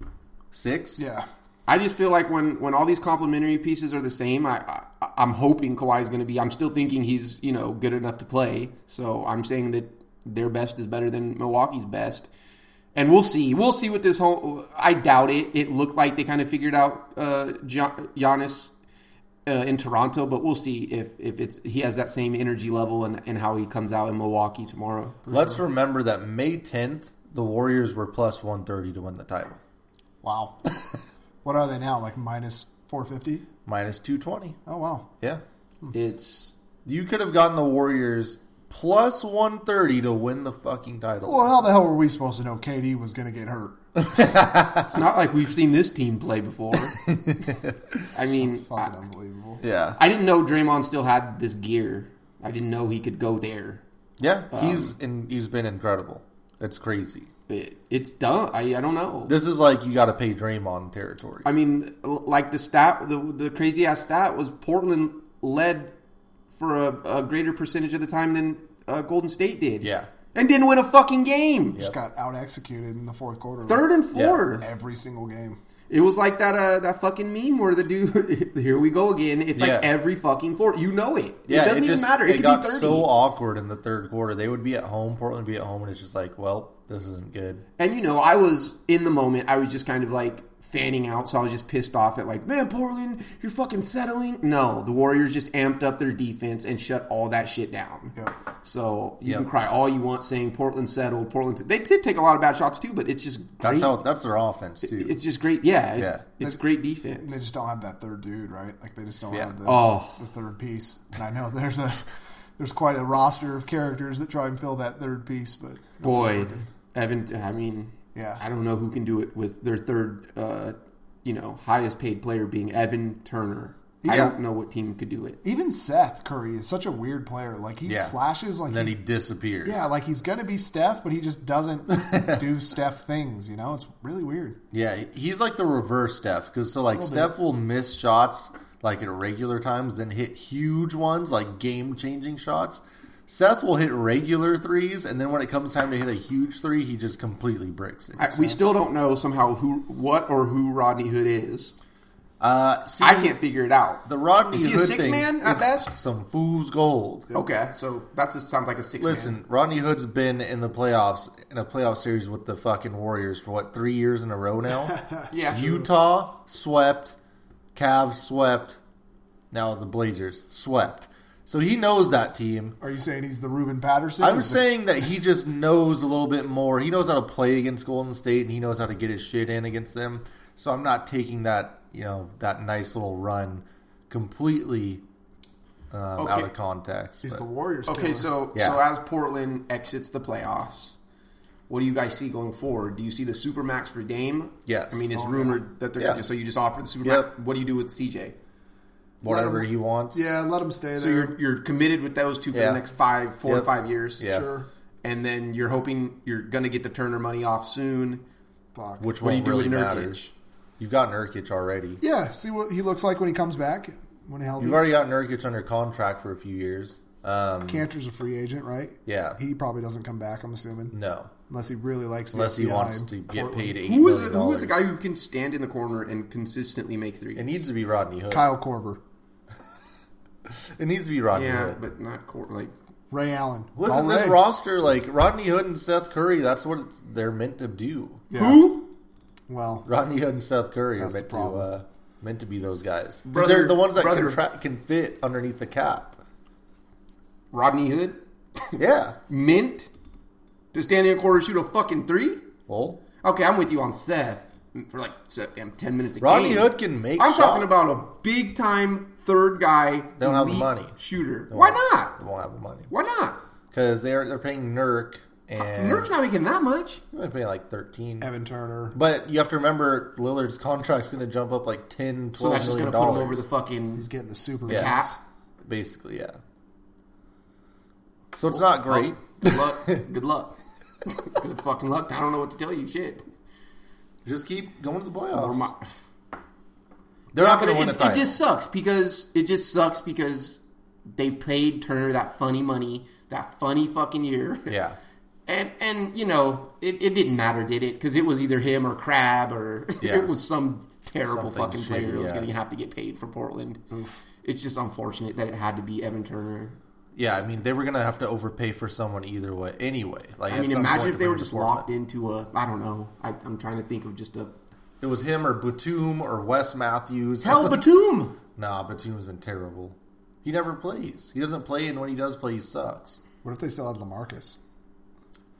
S2: Six.
S1: Yeah,
S3: I just feel like when when all these complimentary pieces are the same, I, I I'm hoping Kawhi's going to be. I'm still thinking he's you know good enough to play. So I'm saying that their best is better than Milwaukee's best, and we'll see. We'll see what this whole. I doubt it. It looked like they kind of figured out uh, Gian, Giannis uh, in Toronto, but we'll see if if it's he has that same energy level and and how he comes out in Milwaukee tomorrow.
S2: Let's remember that May tenth, the Warriors were plus one thirty to win the title,
S1: wow. what are they now? Like minus four fifty?
S2: minus two twenty.
S1: Oh wow.
S2: Yeah,
S3: It's
S2: you could have gotten the Warriors plus one thirty to win the fucking title.
S1: Well, how the hell were we supposed to know KD was going to get hurt?
S3: it's not like we've seen this team play before. I mean,
S1: Fucking
S3: I-
S1: unbelievable.
S2: Yeah,
S3: I didn't know Draymond still had this gear. I didn't know he could go there.
S2: yeah.
S3: Um,
S2: He's in, he's been incredible. It's crazy.
S3: It, it's dumb. I, I don't know.
S2: This is like you got to pay Draymond territory.
S3: I mean, l- like the stat, the, the crazy ass stat was Portland led for a, a greater percentage of the time than uh, Golden State did.
S2: Yeah.
S3: And didn't win a fucking game.
S1: Just got out executed in the fourth quarter.
S3: Third and
S2: Yeah.
S3: fourth.
S1: every single game.
S3: It was like that uh, that fucking meme where the dude, here we go again. It's
S2: Yeah.
S3: like every fucking fourth. You know it.
S2: Yeah,
S3: it doesn't
S2: it
S3: even
S2: just,
S3: matter.
S2: It,
S3: It, could
S2: got
S3: be 30.
S2: so awkward in the third quarter. They would be at home, Portland would be at home, and it's just like, well, this isn't good.
S3: And you know, I was in the moment. I was just kind of like fanning out, so I was just pissed off at like, man, Portland, you're fucking settling. No, the Warriors just amped up their defense and shut all that shit down.
S1: Yep.
S3: So you can
S2: Yep.
S3: cry all you want, saying Portland settled. Portland, they did take a lot of bad shots too, but it's just great.
S2: That's how that's their offense too.
S3: it's just great. Yeah, it's,
S2: Yeah.
S3: it's great
S1: They
S3: defense.
S1: just don't have that third dude, right? Like they just don't
S2: Yeah.
S1: have the,
S3: Oh.
S1: the third piece. And I know there's a there's quite a roster of characters that try and fill that third piece, but
S3: Boy, Evan. I mean,
S1: Yeah.
S3: I don't know who can do it with their third, uh, you know, highest paid player being Evan Turner. I
S1: Yeah.
S3: don't know what team could do it.
S1: even Seth Curry is such a weird player. Like he
S2: Yeah.
S1: flashes like
S2: and then he
S1: he's,
S2: disappears.
S1: yeah, like he's gonna be Steph, but he just doesn't do Steph things. You know, it's really weird.
S2: yeah. He's like the reverse Steph because so like
S1: Little
S2: Steph will miss shots like at regular times, then hit huge ones like game changing shots. Seth will hit regular threes, and then when it comes time to hit a huge three, he just completely bricks it.
S3: I, we still don't know somehow who, what, or who Rodney Hood is.
S2: Uh, see,
S3: I can't figure it out.
S2: The Rodney
S3: is he a
S2: Hood
S3: six
S2: thing,
S3: man at
S2: it's
S3: best?
S2: Some fool's gold.
S3: Okay, so that just sounds like a six.
S2: Listen,
S3: man.
S2: Rodney Hood's been in the playoffs in a playoff series with the fucking Warriors for what three years in a row now.
S3: Yeah.
S2: Utah swept, Cavs swept, now the Blazers swept. So he knows that team.
S1: Are you saying he's the Ruben Patterson?
S2: I'm
S1: Is the-
S2: saying that he just knows a little bit more. He knows how to play against Golden State, and he knows how to get his shit in against them. So I'm not taking that you know that nice little run completely um, out
S3: Okay.
S2: of context.
S1: he's
S2: but-
S1: the Warriors.
S3: okay,
S1: killer.
S3: so
S2: Yeah.
S3: so as Portland exits the playoffs, what do you guys see going forward? Do you see the supermax for Dame?
S2: Yes. Oh,
S3: I mean, it's rumored that they're
S2: Yeah.
S3: so you just offer the supermax.
S2: Yep.
S3: What do you do with CJ?
S2: whatever
S1: him-
S2: he wants.
S1: yeah, let him stay there.
S3: So you're you're committed with those two for
S2: Yeah.
S3: the next five, four
S2: Yep.
S3: or five years.
S2: Yeah.
S1: sure.
S3: And then you're hoping you're gonna get the Turner money off soon.
S1: Fuck.
S2: which won't
S3: What do you do
S2: really
S3: with
S2: matter.
S3: Nurkic?
S2: You've got Nurkic already.
S1: yeah, see what he looks like when he comes back when healthy.
S2: You've already got Nurkic under contract for a few years. Um,
S1: Cantor's a free agent, right?
S2: Yeah.
S1: He probably doesn't come back. I'm assuming
S2: no,
S1: unless he really likes. the
S2: unless he
S1: FBI
S2: wants
S1: in
S2: to get
S1: Portland.
S2: paid eight
S3: Who
S2: million
S3: is, who is
S2: dollars.
S3: the guy who can stand in the corner and consistently make threes?
S2: It needs to be Rodney Hood.
S1: Kyle Corver,
S2: It needs to be Rodney
S3: yeah,
S2: Hood.
S3: but not cor- like
S1: Ray Allen.
S2: Wasn't
S1: All
S2: this
S1: Ray.
S2: roster like Rodney Hood and Seth Curry? That's what it's, they're meant to do.
S1: Yeah.
S3: who?
S1: Well,
S2: Rodney Hood and Seth Curry
S1: That's the
S2: are meant to
S1: problem.
S2: uh, meant to be those guys. 'Cause
S3: Brother-
S2: they're the ones that
S3: brother.
S2: can, tra- can fit underneath the cap.
S3: Rodney Hood,
S2: Yeah.
S3: Mint, to stand in a corner and shoot a fucking three.
S2: Well,
S3: Okay, I'm with you on Seth for like se- damn ten minutes. A
S2: Rodney
S3: game.
S2: Hood can make.
S3: I'm talking
S2: shots.
S3: about a big time third guy. They
S2: don't have the money.
S3: Shooter.
S2: They
S3: Why
S2: won't-
S3: not?
S2: They won't have the money
S3: Why Uh, not?
S2: because they're they're paying Nurk and
S3: Nurk's not making that much.
S2: they're paying like thirteen.
S1: Evan Turner.
S2: But you have to remember Lillard's contract's going to jump up like 10,
S3: So
S2: 12
S3: that's just
S2: million
S3: going to put him
S2: dollars.
S3: over the fucking
S1: He's getting the super.
S2: Yeah.
S3: cap.
S2: Basically, yeah. So it's not great.
S3: Good luck. Good luck. Good fucking luck. I don't know what to tell you. Shit.
S2: Just keep going to the
S3: Or
S2: playoffs.
S3: my-
S2: They're not going
S3: it,
S2: to win a
S3: it
S2: title.
S3: just sucks because it just sucks because they paid Turner that funny money, that funny fucking year.
S2: yeah.
S3: And and you know it, it didn't matter, did it? Because it was either him or Crab or
S2: Yeah.
S3: it was some terrible
S2: Something
S3: fucking player
S2: shitty,
S3: that was
S2: yeah.
S3: going to have to get paid for Portland. It's just unfortunate that it had to be Evan Turner.
S2: Yeah, I mean, they were going to have to overpay for someone either way, anyway. Like,
S3: I
S2: at
S3: mean,
S2: some
S3: imagine
S2: point
S3: if they were
S2: bring
S3: just
S2: Portland.
S3: locked into a I don't know. I, I'm trying to think of just a
S2: It was him or Batum or Wes Matthews.
S3: hell Batum.
S2: nah, Batum's been terrible. He never plays. He doesn't play, and when he does play, he sucks.
S1: What if they sell out Lamarcus?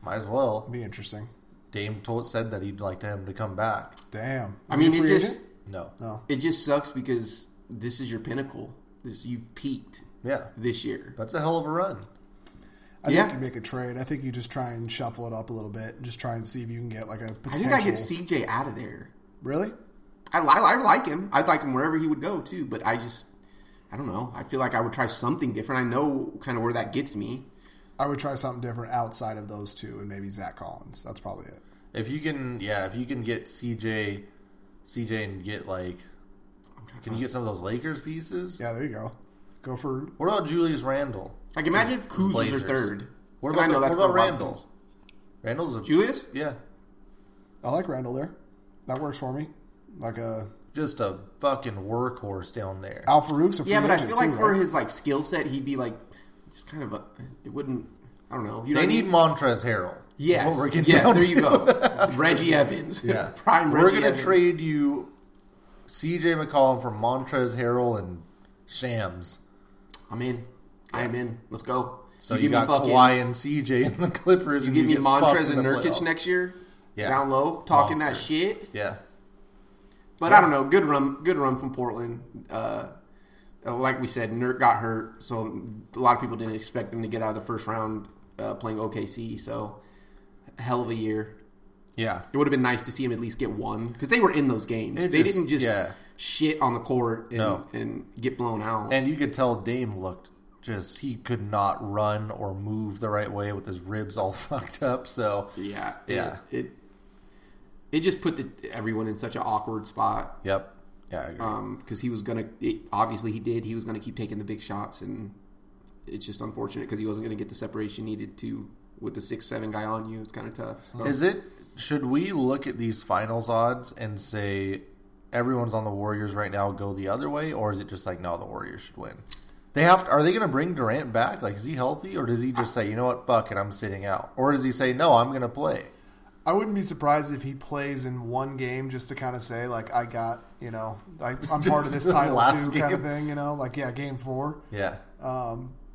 S2: Might as well.
S1: That'd be interesting.
S2: Dame told, said that he'd like to him to come back.
S1: Damn.
S3: I
S1: Is he a
S3: mean, it
S1: free
S3: just
S1: agent?
S2: No.
S1: no.
S3: it just sucks because this is your pinnacle. This, you've peaked
S2: Yeah.
S3: this year.
S2: That's a hell of a run.
S1: I
S3: Yeah.
S1: think you make a trade. I think you just try and shuffle it up a little bit and just try and see if you can get like a
S3: I
S1: potential.
S3: think I get CJ out of there.
S1: Really?
S3: I, li- I like him. I'd like him wherever he would go too. But I just, I don't know. I feel like I would try something different. I know kind of where that gets me.
S1: I would try something different outside of those two and maybe Zach Collins. That's probably it.
S2: If you can, yeah, if you can get CJ, CJ, and get like, can you get some of those Lakers pieces?
S1: Yeah, there you go. Go for
S2: What about Julius Randle?
S3: Like imagine if Kuz was your
S2: Blazers.
S3: third.
S2: What
S3: And
S2: about,
S3: I know
S2: the-
S3: that's
S2: what
S3: for
S2: about
S3: a lot of
S2: Randle?
S3: teams.
S2: Randle's a
S3: Julius?
S2: yeah,
S1: I like Randall there. That works for me. Like a
S2: just a fucking workhorse down there.
S1: Al Farouk's a free
S3: Yeah, but I
S1: agent
S3: feel like
S1: too,
S3: for
S1: right?
S3: his like skill set, he'd be like just kind of a. It wouldn't. I don't know. You know
S2: They
S3: what I
S2: need
S3: mean?
S2: Montrez Harrell. is
S3: Yes.
S2: what we're getting
S3: yeah.
S2: down
S3: There
S2: to.
S3: you go. Reggie Evans.
S2: Yeah,
S3: Prime
S2: We're
S3: Reggie
S2: gonna
S3: Evans.
S2: trade you CJ McCollum for Montrez Harrell and Shams.
S3: I'm in. I am in. Let's go.
S2: So you,
S3: give me
S2: got
S3: fucking-
S2: Kawhi and CJ and the Clippers.
S3: You
S2: and
S3: give me
S2: get fucked
S3: Montrez
S2: in
S3: and
S2: the
S3: Nurkic
S2: playoffs.
S3: next year.
S2: Yeah.
S3: Down low, talking that
S2: Monster.
S3: shit.
S2: Yeah,
S3: But I don't know. Good run, good run from Portland. Uh, like we said, Nurk got hurt, so a lot of people didn't expect them to get out of the first round uh, playing OKC. So hell of a year.
S2: yeah.
S3: It would have been nice to see him at least get one because they were in those games.
S2: It
S3: they
S2: just-
S3: didn't just
S2: yeah.
S3: shit on the court and,
S2: No.
S3: and get blown out.
S2: And you could tell Dame looked just he could not run or move the right way with his ribs all fucked up. So
S3: yeah,
S2: Yeah.
S3: It it, it just put the, everyone in such an awkward spot.
S2: yep, yeah, I agree.
S1: Um,
S3: because Um, he was gonna it, obviously he did he was gonna keep taking the big shots and it's just unfortunate because he wasn't gonna get the separation needed to with the six seven guy on you it's kind of tough So,
S2: Is it? Should we look at these finals odds and say everyone's on the Warriors right now? Go the other way, or is it just like no, the Warriors should win? They have. To, are they going to bring Durant back? Like, is he healthy, or does he just say, you know what, fuck it, I'm sitting out, or does he say, no, I'm going to play?
S1: I wouldn't be surprised if he plays in one game just to kind of say like I got you know I, I'm part of
S2: Just
S1: this
S2: the
S1: title
S2: last
S1: too kind of
S2: game.
S1: thing you know like yeah game four Um,
S2: Yeah,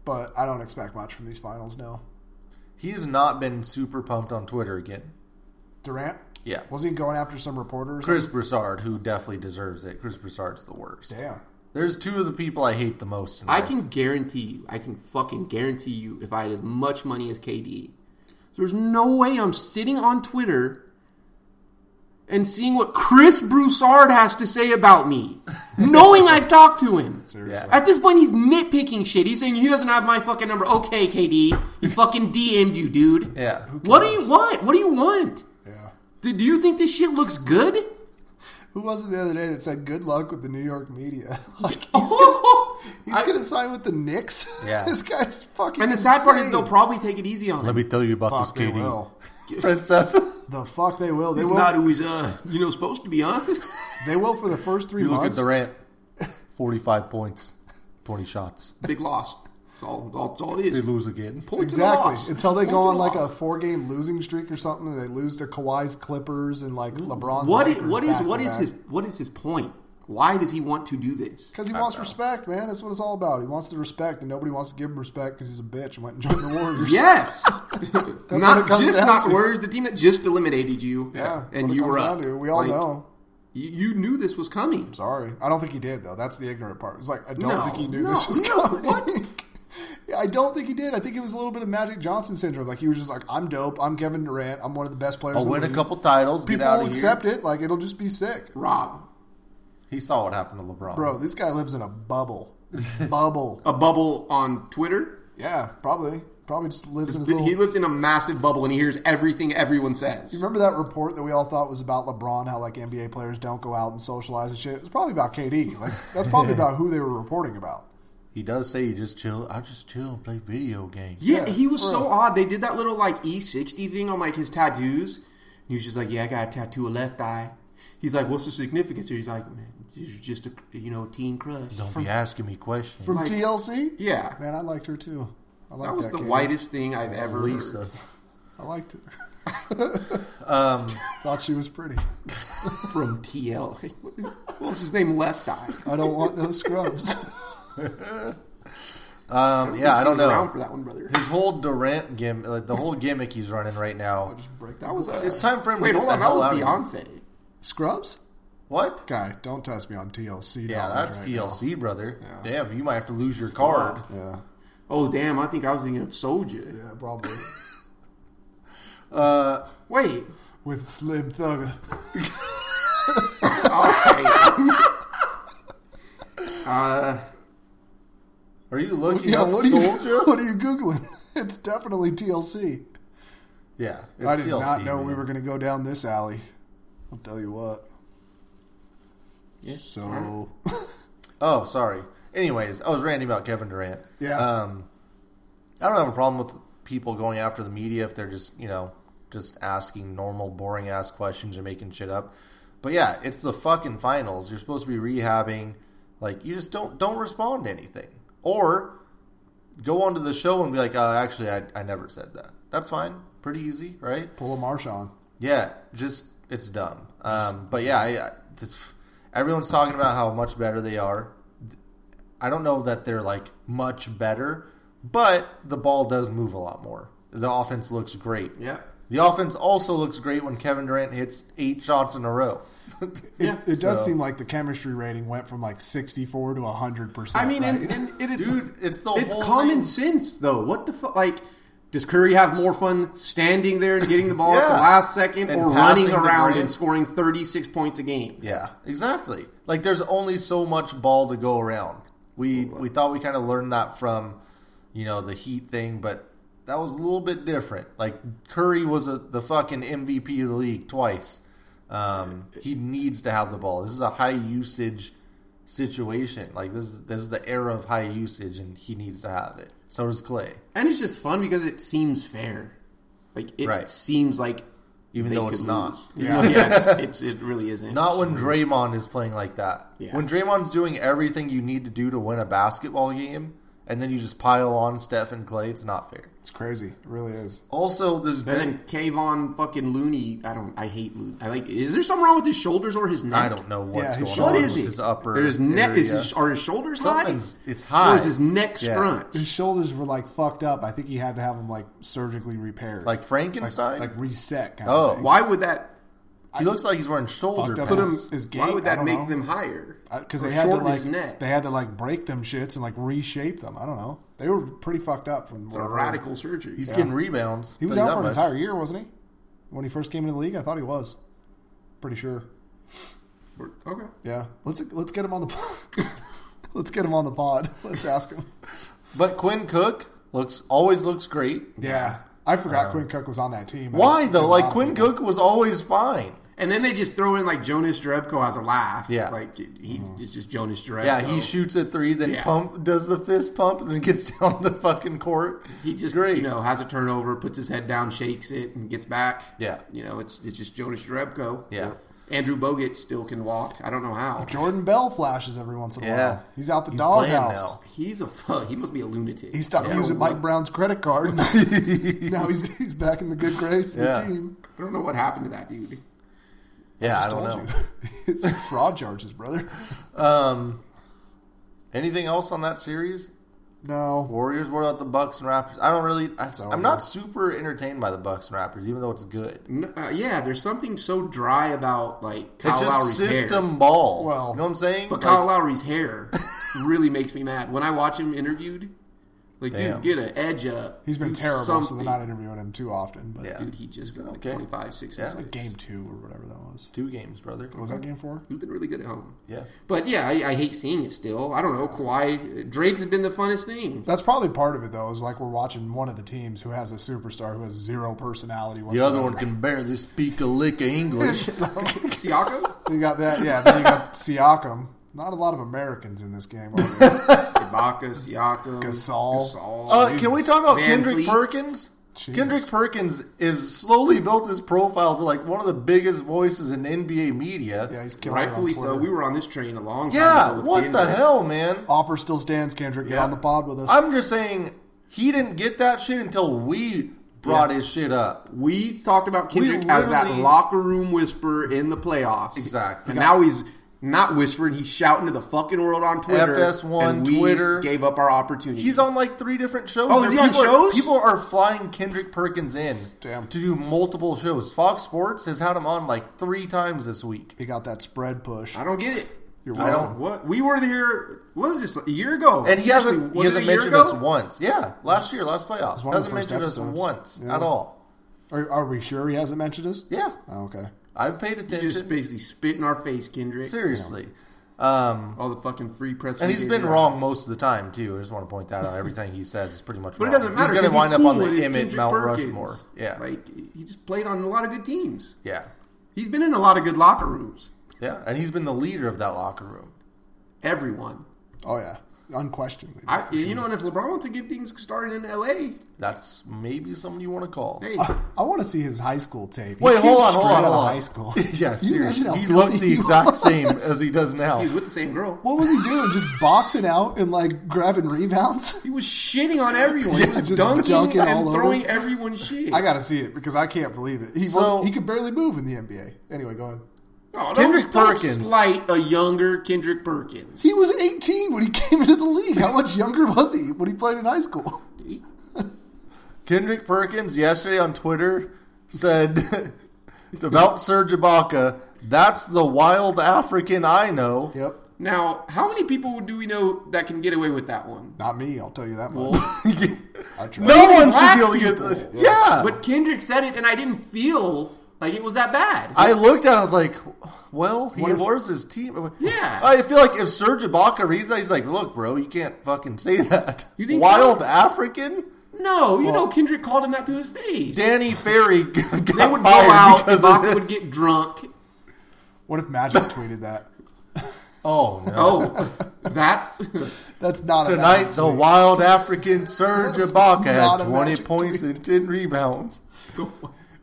S1: but I don't expect much from these finals no
S2: he's not been super pumped on Twitter again.
S1: Durant
S2: Yeah,
S1: was he going after some reporters
S2: Chris Broussard, who definitely deserves it. Chris Broussard's the worst.
S1: damn
S2: There's two of the people I hate the most. In
S3: i
S2: life.
S3: can guarantee you i can fucking guarantee you if i had as much money as kd there's no way i'm sitting on twitter and seeing what chris broussard has to say about me knowing i've talked to him
S1: seriously
S2: Yeah.
S3: At this point, he's nitpicking shit. He's saying he doesn't have my fucking number. Okay, KD, he fucking DM'd you, dude.
S2: Yeah. Who
S3: What do you want? What do you want?
S1: yeah.
S3: Do, do you think this shit looks good?
S1: Who was it the other day that said good luck with the New York media? Like he's gonna, he's
S3: I-
S1: gonna sign with the Knicks.
S2: Yeah.
S1: this guy's fucking.
S3: and the sad part is
S1: insane.
S3: they'll probably take it easy on him.
S6: Let me tell you about
S1: fuck
S6: this
S1: they
S6: KD.
S1: will.
S2: Princess.
S1: The fuck they will. They
S3: He's
S1: will.
S3: not who he's uh you know supposed to be, huh?
S1: they will for the first three
S2: You look at
S1: months.
S2: Durant. Forty-five points, twenty shots.
S3: Big loss. That's all. That's all, that's all it
S2: They
S3: is.
S2: lose again.
S3: Points and a
S1: Exactly.
S3: loss.
S1: Until they go
S3: Points
S1: on
S3: and
S1: like a
S3: loss.
S1: four-game losing streak or something, and they lose to Kawhi's Clippers and like LeBron's.
S3: what is
S1: Lakers
S3: what is
S1: back
S3: what
S1: to
S3: is
S1: back.
S3: his what is his point? Why does he want to do this?
S1: Because he wants respect, man. That's what it's all about. He wants the respect, and nobody wants to give him respect because he's a bitch and went and joined the Warriors.
S3: Yes,
S1: what it
S3: not
S1: comes
S3: just
S1: down
S3: not
S1: to.
S3: Warriors, the team that just eliminated you.
S1: yeah. That's
S3: and
S1: what
S3: you
S1: it comes
S3: were
S1: down
S3: up.
S1: to. We all
S3: Like,
S1: know.
S3: You, you knew this was coming.
S1: Sorry, I don't think he did though. That's the ignorant part. It's like I don't
S3: No,
S1: think he knew
S3: no,
S1: this was
S3: no,
S1: coming.
S3: what?
S1: Yeah, I don't think he did. I think it was a little bit of Magic Johnson syndrome. Like he was just like, I'm dope. I'm Kevin Durant. I'm one of the best players.
S2: I'll
S1: in the
S2: win a
S1: league.
S2: couple titles.
S1: People
S2: get out
S1: will
S2: of
S1: accept it. Like it'll just be sick,
S3: Rob,
S2: here. He saw what happened to LeBron.
S1: bro. This guy lives in a bubble. bubble.
S3: a bubble on Twitter.
S1: Yeah, probably. Probably just lives in his little.
S3: He lived in a massive bubble and he hears everything everyone says.
S1: Remember that report that we all thought was about LeBron, how like NBA players don't go out and socialize and shit. It was probably about KD. Like that's probably about who they were reporting about.
S2: He does say he just chill. I just chill and play video games.
S3: Yeah,
S1: Yeah,
S3: he was
S1: for
S3: so
S1: real.
S3: odd. They did that little like E60 thing on like his tattoos. And he was just like, "Yeah, I got a tattoo of left eye." He's like, "What's the significance?" here?" He's like, "Man, this is just a you know teen crush."
S2: Don't be asking me questions.
S1: From
S3: Like-
S1: TLC?
S3: Yeah,
S1: Man, I liked her too. I liked
S3: that was the
S1: kid.
S3: whitest thing I've ever.
S2: Lisa.
S3: heard.
S1: I liked it. um,
S3: Um,
S1: Thought she was pretty.
S3: from TL. What's his name? Left Eye.
S1: I don't want those scrubs.
S2: Um, yeah, I don't
S3: He was Around
S2: know.
S3: for that one, brother.
S2: His whole Durant gimmick, like the whole gimmick he's running right now.
S3: Break that was. Uh,
S2: It's time for him to
S3: Wait,
S2: get
S3: hold
S2: the
S3: on. That
S2: hell
S3: was
S2: out of here.
S3: Beyonce.
S1: scrubs?
S2: What?
S1: Guy, don't test me on TLC.
S2: Yeah,
S1: knowledge
S2: that's
S1: right
S2: TLC, brother. Damn, you might have to lose your card.
S1: now.
S3: Oh damn! I think I was thinking of Soldier.
S1: Yeah, yeah, probably.
S2: Uh,
S3: Wait.
S1: With Slim Thugger.
S3: Okay. uh,
S2: are you looking
S1: Yeah,
S2: up
S1: what are, you,
S2: Soldier?
S1: what are you Googling? It's definitely TLC.
S2: Yeah, it's
S1: I did
S2: TLC,
S1: not know we
S2: man.
S1: were going to go down this alley. I'll tell you what. So,
S2: Oh, sorry. Anyways, I was ranting about Kevin Durant.
S1: Yeah.
S2: Um, I don't have a problem with people going after the media if they're just you know just asking normal boring ass questions or making shit up. But yeah, it's the fucking finals. You're supposed to be rehabbing. Like you just don't don't respond to anything or go onto the show and be like, uh, actually, I, I never said that. That's fine. Pretty easy, right?
S1: pull a Marshawn.
S2: Yeah, just it's dumb. Um, but yeah, I, I, it's- everyone's talking about how much better they are. I don't know that they're like much better, but the ball does move a lot more. The offense looks great.
S3: yeah.
S2: The offense also looks great when Kevin Durant hits eight shots in a row.
S3: Yeah.
S1: It does
S2: So-
S1: seem like the chemistry rating went from like 64 to 100%.
S3: I mean,
S1: right?
S3: and, and it, it's
S2: Dude, it's the
S3: it's
S2: whole
S3: common
S2: thing.
S3: sense though. What the fuck? Like, does Curry have more fun standing there and getting the ball at the
S2: Yeah.
S3: last second,
S2: And
S3: or
S2: passing
S3: running
S2: the
S3: around
S2: Durant.
S3: and scoring thirty six points a game?
S2: Yeah, exactly. Like there's only so much ball to go around. We we thought we kind of learned that from, you know, the Heat thing, but that was a little bit different. Like Curry was a, the fucking MVP of the league twice. Um, he needs to have the ball. This is a high usage situation. Like this is this is the era of high usage, and he needs to have it. So does Clay.
S3: And it's just fun because it seems fair. Like it
S2: Right.
S3: seems like
S2: Even
S3: they
S2: though
S3: could
S2: it's not.
S3: lose. Yeah, yeah it's, it's, it really isn't.
S2: Not when Draymond is playing like that.
S3: Yeah.
S2: When Draymond's doing everything you need to do to win a basketball game, and then you just pile on Steph and Clay, it's not fair.
S1: it's crazy. It really is.
S2: Also, there's
S3: And
S2: been
S3: then Kayvon fucking Looney. I don't. I hate Looney. I like. Is there something wrong with his shoulders or his neck?
S2: I don't know
S1: Yeah,
S2: what's
S1: his
S2: going
S1: shoulder-
S2: on
S3: What
S2: with
S3: is it?
S2: his upper
S3: Or his neck is
S2: area.
S3: his, are his shoulders high?
S2: Something's- it's
S3: Or
S2: high.
S3: is his neck
S2: Yeah.
S3: scrunched?
S1: His shoulders were like fucked up. I think he had to have them like surgically repaired.
S2: like Frankenstein.
S1: like reset kind
S2: Oh.
S1: of thing.
S3: Why would that
S2: he looks like he's wearing shoulder
S1: Fucked up
S2: pads.
S1: his, his gait.
S3: Why would
S1: I
S3: that
S1: don't
S3: make
S1: know.
S3: them higher?
S1: because
S3: Or
S1: Uh, they had to
S3: shorten his
S1: like
S3: neck.
S1: they had to like break them shits and like reshape them. I don't know. They were pretty fucked up from
S3: It's a radical surgery.
S2: He's getting rebounds.
S1: He was
S2: Tell
S1: out
S2: you
S1: for an
S2: that much.
S1: entire year, wasn't he? When he first came into the league, I thought he was. Pretty sure.
S3: okay.
S1: Yeah. Let's let's get him on the pod. let's get him on the pod. Let's ask him.
S2: But Quinn Cook looks always looks great.
S1: Yeah. I forgot Quinn Cook was on that team. I
S2: Uh, Why
S1: just
S2: though?
S1: did
S2: Like
S1: not
S2: Quinn
S1: think-
S2: Cook was always fine.
S3: And then they just throw in like Jonas Jerebko as a laugh.
S2: Yeah.
S3: like he
S1: Mm-hmm.
S3: is just Jonas Jerebko.
S2: Yeah, he shoots a three, then
S3: Yeah.
S2: pump does the fist pump, and then gets down the fucking court.
S3: He
S2: It's
S3: just
S2: great.
S3: you know has a turnover, puts his head down, shakes it, and gets back.
S2: Yeah.
S3: you know it's it's just Jonas Jerebko.
S2: Yeah.
S3: Andrew Bogut still can walk. I don't know how.
S1: Jordan Bell flashes every once in a
S2: Yeah.
S1: while. He's out the
S2: He's playing
S1: doghouse.
S2: now.
S3: He's a fuck. He must be a lunatic.
S1: He stopped
S3: I don't
S1: using
S3: know
S1: Mike
S3: what-
S1: Brown's credit card. now he's he's back in the good grace of
S2: Yeah.
S1: the team.
S3: I don't know what happened to that dude.
S2: Yeah, I, don't
S1: Told
S2: know.
S1: you. Fraud charges, brother.
S2: Um, anything else on that series?
S1: No.
S2: Warriors. What about the Bucks and Raptors? I don't really. I,
S1: It's over.
S2: I'm not super entertained by the Bucks and Raptors, even though it's good.
S3: N- uh, yeah, there's something so dry about like Kyle
S2: it's just
S3: Lowry's
S2: system
S3: hair.
S2: ball.
S1: Well,
S2: you know what I'm saying?
S3: But
S2: Like,
S3: Kyle Lowry's hair really makes me mad when I watch him interviewed. Like,
S2: Damn.
S3: dude, get an edge up.
S1: He's been
S3: Do
S1: terrible, so
S3: something.
S1: they're not interviewing him too often. But
S2: Yeah.
S3: Dude, he just got like
S2: Okay.
S3: 25, 6
S2: Yeah.
S3: assists.
S1: like game two or whatever that was.
S2: two games, brother.
S1: Was that game four?
S3: He's been really good at home.
S2: Yeah.
S3: But yeah, I, I hate seeing it still. I don't know. Kawhi, Drake's been the funnest thing.
S1: That's probably part of it, though. Is like we're watching one of the teams who has a superstar who has zero personality.
S2: The
S1: Whatsoever.
S2: other one can barely speak a lick of English.
S3: Siakam?
S1: You got that, yeah. Then you got Siakam. Not a lot of Americans in this game. Are there?
S3: Ibaka, Siakam,
S1: Gasol.
S3: Gasol.
S2: Uh, can we talk about
S3: Van
S2: Kendrick
S3: Fleet.
S2: Perkins?
S1: Jesus.
S2: Kendrick Perkins is slowly built his profile to like one of the biggest voices in NBA media.
S1: yeah,
S2: Yeah,
S1: he's killing it on
S3: Rightfully so.
S1: Twitter.
S3: We were on this train a long time ago. with
S2: what the
S3: Kendrick.
S2: hell, man?
S1: Offer still stands, Kendrick. Get
S2: Yeah.
S1: on the pod with us.
S2: I'm just saying he didn't get that shit until we brought his shit up.
S3: We talked about Kendrick
S2: We
S3: as that
S2: literally-
S3: locker room whisperer in the playoffs.
S2: Exactly.
S3: And now he's not whispering, he's shouting to the fucking world on Twitter.
S2: FS1,
S3: and we
S2: Twitter.
S3: gave up our opportunity.
S2: He's on like three different shows.
S3: Oh, is he
S2: There-
S3: on
S2: people are-
S3: shows?
S2: people are flying Kendrick Perkins in
S1: Damn.
S2: to do multiple shows. Fox Sports has had him on like three times this week.
S1: he got that spread push.
S3: I don't get it.
S1: You're
S3: I
S1: welcome.
S3: don't what we were here what was this a year ago?
S2: And he
S3: Seriously,
S2: hasn't, he
S3: Oh, was it a
S2: hasn't
S3: year
S2: mentioned
S3: ago?
S2: us once. Yeah, last year, last playoffs.
S1: one of the
S2: Hasn't
S1: first
S2: mentioned us
S1: episodes.
S2: once
S1: Yeah.
S2: at all.
S1: Are, are we sure he hasn't mentioned us?
S2: Yeah,
S1: Oh, okay.
S2: I've paid
S3: You're just
S2: attention.
S3: basically spit in our face, Kendrick.
S2: Seriously. Um,
S3: All the fucking free press.
S2: and
S3: we
S2: he's
S3: gave
S2: been
S3: you.
S2: wrong most of the time, too. I just want to point that out. Everything he says is pretty much
S3: But it
S2: wrong.
S3: doesn't matter.
S2: He's going
S3: 'cause
S2: to wind up
S3: cool
S2: on the
S3: and it's
S2: Emmett
S3: Kendrick
S2: Mount
S3: Perkins.
S2: Rushmore. Yeah.
S3: Like, he just played on a lot of good teams.
S2: yeah.
S3: He's been in a lot of good locker rooms.
S2: Yeah. And he's been the leader of that locker room.
S3: Everyone.
S1: Oh yeah, unquestionably.
S3: I, you know, and if LeBron wants to get things started in LA,
S2: That's maybe somebody you want to call.
S3: hey,
S1: I want to see his high school tape. He
S2: Wait,
S1: came
S2: hold on,
S1: straight
S2: hold on,
S1: out of
S2: hold on.
S1: High school.
S2: yeah,
S1: Can you imagine how
S2: seriously. He
S1: filthy
S2: looked the exact
S1: was?
S2: same as he does now.
S3: he's with the same girl.
S1: What was he doing? Just boxing out and like grabbing rebounds?
S3: He was shitting on everyone.
S1: Yeah,
S3: he was
S1: just
S3: dunking,
S1: dunking
S3: and
S1: all over.
S3: throwing everyone shit.
S1: I gotta see it because I can't believe it. He
S2: So-
S1: wasn't, he could barely move in the NBA. Anyway, go ahead.
S3: Oh, don't-
S2: Kendrick
S3: don't
S2: Perkins.
S3: slight a younger Kendrick Perkins.
S1: He was 18 when he came into the league. How much younger was he when he played in high school?
S2: Kendrick Perkins yesterday on Twitter said about Serge Ibaka, that's the wild African I know.
S1: Yep,
S3: Now, how many people do we know that can get away with that one?
S1: not me. I'll tell you that much.
S3: Well,
S1: I tried.
S2: no one should
S3: black
S2: be able to get
S3: people.
S2: this. Yeah.
S3: but Kendrick said it, and I didn't feel like it was that bad.
S2: I looked at it, I was like, well, he
S1: What if-
S2: lures his team.
S3: Yeah.
S2: I feel like if Serge Ibaka reads that, he's like, look, bro, you can't fucking say that.
S3: You think
S2: wild
S3: so?
S2: African?
S3: no, you know, Kendrick called him that to his face.
S2: Danny Ferry got
S3: They would go
S2: fired
S3: out,
S2: because of
S3: Ibaka would
S2: this.
S3: get drunk.
S1: What if Magic tweeted that?
S2: Oh, no.
S3: Oh, that's
S1: That's not a
S2: Tonight,
S1: Magic
S2: the
S1: tweet.
S2: wild African Serge
S1: That's
S2: Ibaka
S1: not
S2: had
S1: a
S2: 20
S1: magic
S2: points and 10 rebounds.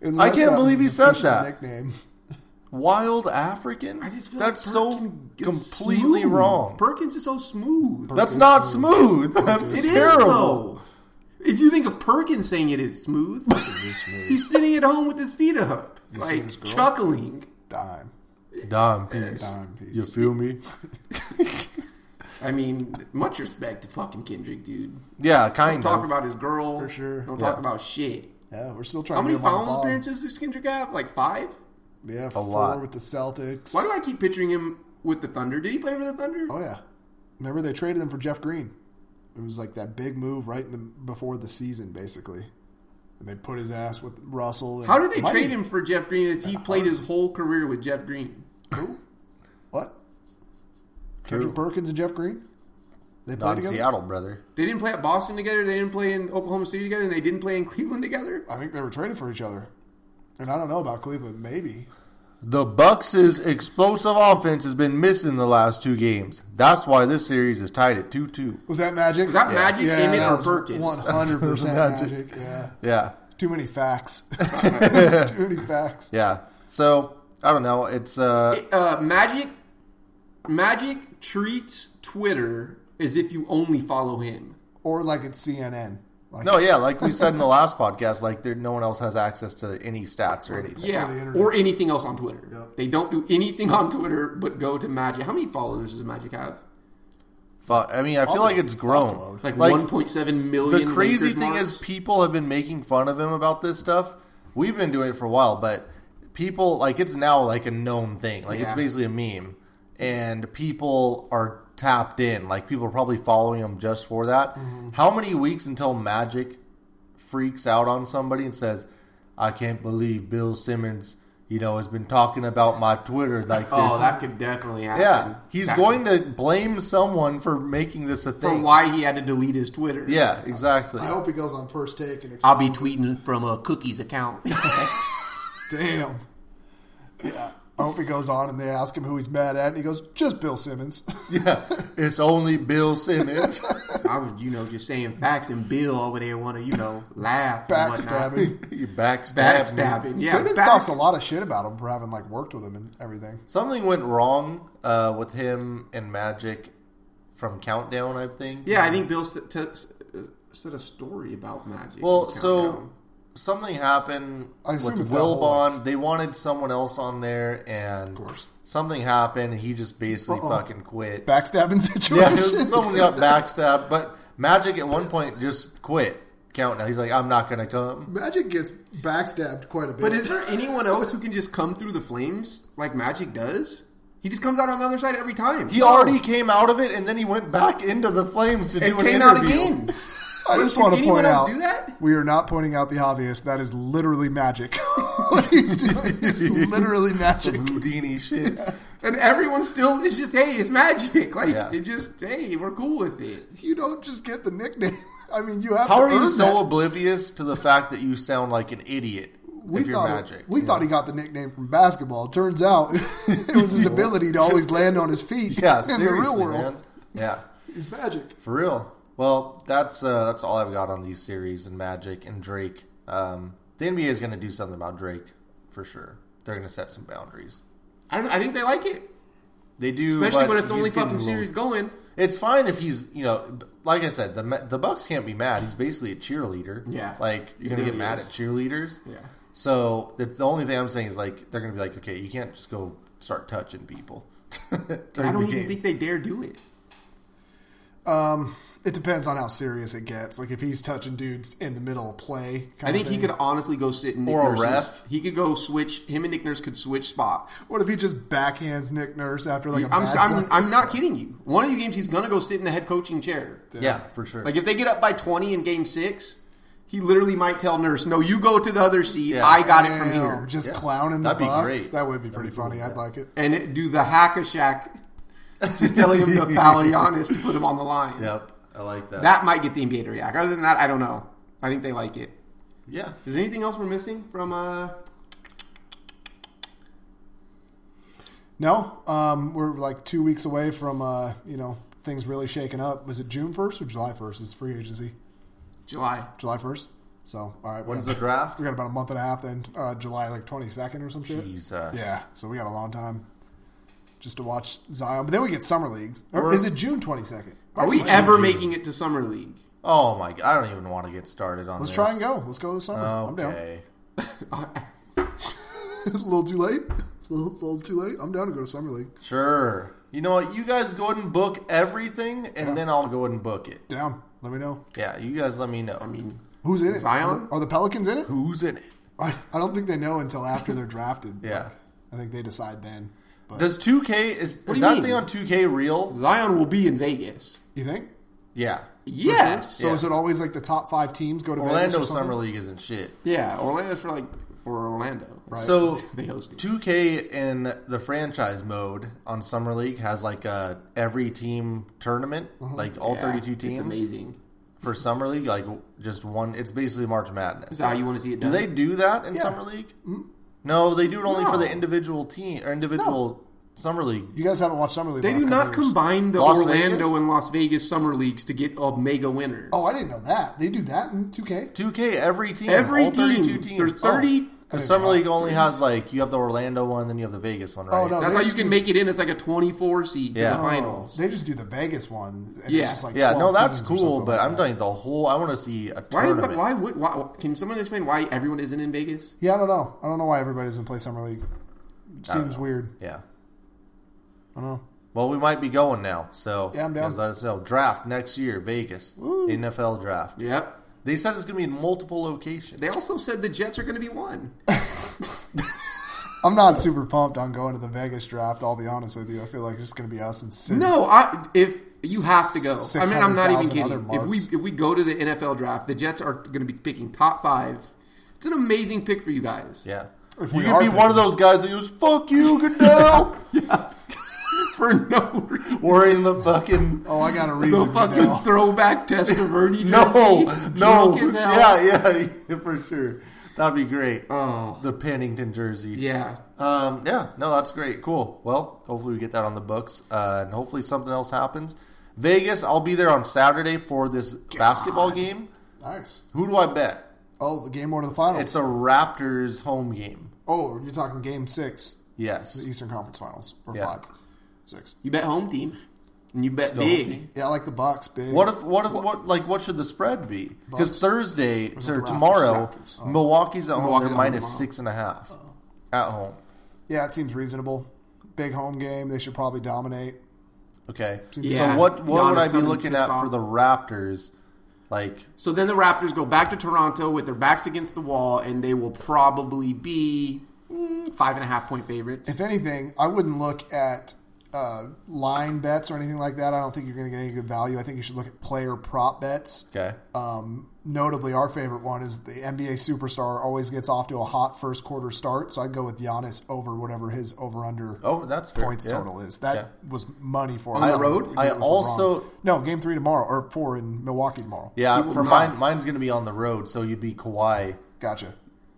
S1: Unless
S2: I can't
S1: that was
S2: believe he
S1: his
S2: said
S1: official
S2: that.
S1: nickname.
S2: Wild African?
S3: I just feel
S2: That's
S3: like
S2: so
S3: Perkins is
S2: completely
S3: smooth.
S2: wrong.
S3: Perkins is so smooth.
S2: That's not smooth. That's
S3: It is
S2: terrible.
S3: though. If you think of Perkins saying it is smooth, he's sitting at home with his feet up,
S1: see
S3: like
S1: this girl?
S3: chuckling.
S1: Dime.
S2: Dime piece.
S1: Dime piece.
S2: You feel me?
S3: I mean, much respect to fucking Kendrick, dude.
S2: Yeah, kind
S3: Don't
S2: of.
S3: talk about his girl.
S1: For sure.
S3: Don't
S2: Yeah.
S3: talk about shit.
S1: Yeah, we're still trying
S3: How
S1: to
S3: many
S1: get him on the
S3: finals
S1: pod.
S3: appearances does Kendrick have? Like five.
S1: Yeah, four
S2: lot.
S1: with the Celtics.
S3: Why do I keep picturing him with the Thunder? Did he play for the Thunder?
S1: Oh yeah, remember they traded him for Jeff Green. It was like that big move right in the before the season, basically. And they put his ass with Russell. And
S3: How did they
S1: Might-
S3: trade him for Jeff Green if he played his whole career with Jeff Green?
S1: What? Kendrick Perkins and Jeff Green. They
S2: Not
S1: played
S2: in
S1: together.
S2: Seattle, brother.
S3: They didn't play at Boston together. They didn't play in Oklahoma City together. And they didn't play in Cleveland together.
S1: I think they were traded for each other. And I don't know about Cleveland. Maybe
S2: The Bucks' explosive offense has been missing the last two games. That's why this series is tied at 2 2.
S1: Was that magic?
S3: Was that Magic, Emmett,
S1: that
S3: or
S1: was
S3: Perkins?
S1: 100%
S2: That was
S1: magic.
S2: Magic.
S1: Yeah.
S2: Yeah.
S1: Too many facts. Too many facts.
S2: Yeah. So, I don't know. It's, uh,
S3: Uh, Magic, Magic treats Twitter as if you only follow him.
S1: Or like it's CNN. Like,
S2: no, yeah, like we said in the last podcast, like, there, no one else has access to any stats or anything.
S3: Yeah,
S1: the internet.
S3: or anything else on Twitter. They don't do anything on Twitter but go to Magic. How many followers does Magic have?
S2: Fuck. I mean, I feel like it's grown.
S3: Like, 1.7
S2: the
S3: million.
S2: crazy
S3: Lakers
S2: thing
S3: marks?
S2: is people have been making fun of him about this stuff we've been doing it for a while but people like it's now like a known thing like it's
S3: Yeah.
S2: basically a meme and people are tapped in like people are probably following him just for that
S3: Mm-hmm.
S2: how many weeks until magic freaks out on somebody and says i can't believe bill simmons you know has been talking about my twitter like this
S3: oh, that could definitely happen.
S2: yeah he's
S3: That
S2: going to blame someone for making this a
S3: could- for
S2: thing
S3: why he had to delete his Twitter.
S2: yeah exactly
S1: I hope he goes on first take and
S3: I'll
S1: explains.
S3: be tweeting from a cookies account.
S1: Damn. Yeah. I hope he goes on and they ask him who he's mad at, and he goes, "Just Bill Simmons."
S2: Yeah, it's only Bill Simmons.
S3: I was, you know, just saying facts, and Bill over there want to, you know, laugh and whatnot.
S1: Backstabbing.
S2: you backstab
S3: Backstabbing. Yeah,
S1: Simmons
S3: back-
S1: talks a lot of shit about him for having like worked with him and everything.
S2: Something went wrong uh, with him and Magic from Countdown, I think.
S3: Yeah, I think Bill s- t- s- uh, said a story about Magic.
S2: Well,
S3: in
S2: so
S3: Countdown.
S2: something happened
S1: I assume
S2: with
S1: it's that
S2: Will
S1: whole-
S2: Bond. They wanted someone else on there, and of
S1: course.
S2: something happened. And he just basically
S1: Uh-oh.
S2: fucking quit.
S1: Backstabbing
S2: yeah,
S1: situation.
S2: it was- someone got backstabbed, but Magic at one point just quit Countdown. He's like, "I'm not gonna come."
S1: Magic gets backstabbed quite a bit.
S3: but is there anyone else who can just come through the flames like Magic does? He just comes out on the other side every time.
S2: He already came out of it, and then he went back into the flames to
S3: and
S2: do an
S3: came
S2: interview.
S3: out again.
S1: I just
S3: Can
S1: want to
S3: anyone
S1: point
S3: else
S1: out
S3: do that?
S1: we are not pointing out the obvious. That is literally magic. what he's doing is literally magic.
S2: Some Houdini shit.
S3: And everyone still is just, hey, it's Magic. Like
S2: Yeah.
S3: it just, hey, we're cool with it.
S1: You don't just get the nickname. I mean, you have.
S2: How
S1: to
S2: are you
S1: earn
S2: so
S1: that.
S2: oblivious to the fact that you sound like an idiot
S1: We
S2: if you're
S1: thought
S2: magic?
S1: we thought he got the nickname from basketball. Turns out it was his ability to always land on his feet.
S2: yeah,
S1: in
S2: seriously,
S1: the real world,
S2: man. Yeah,
S1: he's magic.
S2: for real. Well, that's uh, that's all I've got on these series and Magic and Drake. Um, the NBA is going to do something about Drake for sure. They're going to set some boundaries.
S3: I, don't, I think they like it,
S2: They do,
S3: especially
S2: but
S3: when it's the
S2: he's
S3: only
S2: getting
S3: fucking
S2: a little-
S3: series going.
S2: It's fine if he's, you know, like I said, the Ma- the Bucks can't be mad. He's basically a cheerleader.
S3: Yeah.
S2: like you're
S3: He
S2: gonna get
S3: really
S2: mad
S3: is.
S2: at cheerleaders.
S3: Yeah.
S2: So the, the only thing I'm saying is like they're gonna be like, okay, you can't just go start touching people.
S3: I don't even think they dare do it.
S1: It depends on how serious it gets. Like if he's touching dudes in the middle of play, kind
S3: I think
S1: of
S3: he
S1: thing.
S3: could honestly go sit in Nick
S2: Or a
S3: Nurse's.
S2: ref.
S3: He could go switch. Him and Nick Nurse could switch spots.
S1: What if he just backhands Nick Nurse after like a
S3: I'm,
S1: bad
S3: I'm,
S1: play?
S3: I'm not kidding you. One of these games, he's gonna go sit in the head coaching chair.
S2: Yeah, for sure.
S3: Like if they get up by 20 in Game Six, he literally might tell Nurse, "No, you go to the other seat.
S2: Yeah.
S3: I got it from
S1: Damn,
S3: here."
S1: Just
S2: Yeah.
S1: clowning the
S2: That'd be
S1: Bucks.
S2: great.
S1: That would be
S2: That'd
S1: pretty
S2: be
S1: funny.
S2: cool,
S1: I'd
S2: yeah.
S1: like it.
S3: And it, do the hack a shack, just telling him to foul Giannis to put him on the line.
S2: Yep, I like that.
S3: That might get the NBA to react. Other than that, I don't know. I think they like it.
S2: yeah,
S3: Is there anything else we're missing from? uh
S1: No, um, we're like two weeks away from uh, you know things really shaking up. Was it June first or July first? Is free agency
S3: July.
S1: July first? So all right,
S2: when's
S1: we
S2: the
S1: got,
S2: draft?
S1: we got about a month and a half then. Uh, July like twenty second or some shit.
S2: Jesus.
S1: Yeah, so we got a long time just to watch Zion. But then we get summer leagues. Or
S2: We're-
S1: is it June twenty second?
S3: Are we ever making it to summer league?
S2: Oh my! god, I don't even want to get started on.
S1: Let's
S2: this.
S1: try and go. Let's go this summer. I'm down.
S2: Oh, Okay.
S1: a little too late. A little, little too late. I'm down to go to summer league.
S2: Sure. You know what? You guys go ahead and book everything, and then I'll go ahead and book it.
S1: Down. Let me know
S2: Yeah, you guys let me know.
S3: I mean,
S1: who's in it.
S3: Zion?
S1: Are the Pelicans in it?
S2: who's in it?
S1: I I don't think they know until after they're drafted.
S2: Yeah.
S1: I think they decide then. But
S2: Does 2K is,
S3: do
S2: is
S3: you
S2: that
S3: mean?
S2: thing on 2K real?
S3: Zion will be in Vegas.
S1: you think?
S2: Yeah.
S3: Yes.
S1: So is it always like the top five teams go to Vegas
S2: Orlando
S1: or something?
S2: Summer League isn't shit.
S3: Yeah, Orlando's for like for Orlando.
S2: So
S3: They host it.
S2: 2K in the franchise mode on Summer League has like a every team tournament, like all
S3: Uh-huh. Yeah,
S2: 32
S3: It's
S2: teams
S3: amazing.
S2: for Summer League, like just one. It's basically March
S3: Is
S2: Madness.
S3: that how you want to see it
S2: Do
S3: done? Mm-hmm.
S2: they do that in
S1: Yeah.
S2: Summer League? No, they do it only for the
S3: No.
S2: individual team or individual summer league.
S1: You guys haven't watched summer league.
S3: They
S1: last
S3: do
S1: couple
S3: not
S1: years.
S3: combine the
S2: Las
S3: Orlando
S2: Vegas?
S3: and Las Vegas summer leagues to get a mega winner.
S1: Oh, I didn't know that. They do that in 2K.
S2: 2K every team,
S3: Every
S2: all 32
S3: team,
S2: teams. Oh.
S3: there's 30.
S2: The summer league only has like you have the Orlando one, then you have the Vegas one, right?
S1: Oh, no.
S3: That's
S1: they
S3: how you
S1: just
S3: can
S1: do-
S3: make it in as like a 24 seed to
S2: Yeah.
S3: the finals.
S1: They just do the Vegas one. And
S3: Yeah.
S1: it's just like
S2: Yeah,
S1: 12
S2: no, that's
S1: teams or
S2: cool,
S1: something
S2: but
S1: like
S2: I'm
S1: that.
S2: doing the whole. I want to see a
S3: why,
S2: tournament.
S3: why would why, can someone explain why everyone isn't in Vegas?
S1: Yeah, I don't know. I don't know why everybody doesn't play summer league. Seems weird.
S2: Yeah.
S1: I don't know.
S2: Well, we might be going now, so
S1: Yeah, I'm down.
S2: guys, let us know. Draft next year, Vegas NFL draft.
S3: Yep.
S2: They said it's going to be in multiple locations.
S3: They also said the Jets are going to be one.
S1: I'm not super pumped on going to the Vegas draft. I'll be honest with you. I feel like it's going to be us and Sid.
S3: No, I if you have to go. I mean, I'm not even
S1: 600,000 other
S3: kidding. If we
S1: marks.
S3: if we go to the NFL draft, the Jets are going to be picking top five. It's an amazing pick for you guys.
S2: yeah,
S1: If
S2: you
S1: we
S2: could
S1: are
S2: be
S1: picking-
S2: one of those guys that goes "fuck you, Goodell,"
S3: for no reason.
S2: or in the fucking
S1: Oh, I got a
S3: The
S1: reason.
S3: fucking
S1: now.
S3: throwback Testaverde.
S2: no,
S3: jersey,
S2: no,
S3: drunk as hell.
S2: yeah, yeah, for sure. That'd be great.
S3: Oh.
S2: The Pennington jersey.
S3: yeah.
S2: Um, yeah, no, that's great. Cool. Well, hopefully we get that on the books, uh, and hopefully something else happens. Vegas, I'll be there on Saturday for this basketball game.
S1: Nice.
S2: Who do I bet?
S1: Oh, the game one of the finals.
S2: It's a Raptors home game.
S1: oh, you're talking game six,
S2: Yes.
S1: the Eastern Conference Finals, or
S2: Yeah.
S1: five, six.
S3: You bet home team, and you bet
S2: Go
S3: big.
S2: home team.
S1: Yeah, I like the Bucks, big.
S2: What if what if what like what should the spread be? Because
S1: Bucks.
S2: Thursday or
S1: the Raptors?
S2: tomorrow,
S3: Raptors. Oh.
S2: Milwaukee's at home. They're
S3: Milwaukee's at home
S2: minus
S3: tomorrow. Oh.
S2: six and a half at home.
S1: yeah, it seems reasonable. Big home game. They should probably dominate.
S2: Okay.
S3: Yeah.
S2: So what what would
S3: Giannis
S2: I be
S3: coming
S2: looking
S3: pissed
S2: at for
S3: off.
S2: the Raptors? Like
S3: So then the Raptors go back to Toronto with their backs against the wall, and they will probably be mm, five and a half point favorites.
S1: If anything, I wouldn't look at uh, line bets or anything like that. I don't think you're going to get any good value. I think you should look at player prop bets.
S2: okay.
S3: Uh,
S1: Um, notably, our favorite one is the NBA superstar always gets off to a hot first quarter start. So I'd go with Giannis over whatever his over under
S2: Oh, that's fair.
S1: points
S2: Yeah.
S1: total is. That
S2: Yeah.
S1: was money for
S3: the
S1: us.
S3: road?
S1: We did
S2: I
S1: it with
S2: also-
S1: LeBron. no game three tomorrow or four in Milwaukee tomorrow.
S2: Yeah,
S3: will
S2: for
S3: not.
S2: mine, mine's going to be on the road, so you'd be Kawhi,
S1: Gotcha.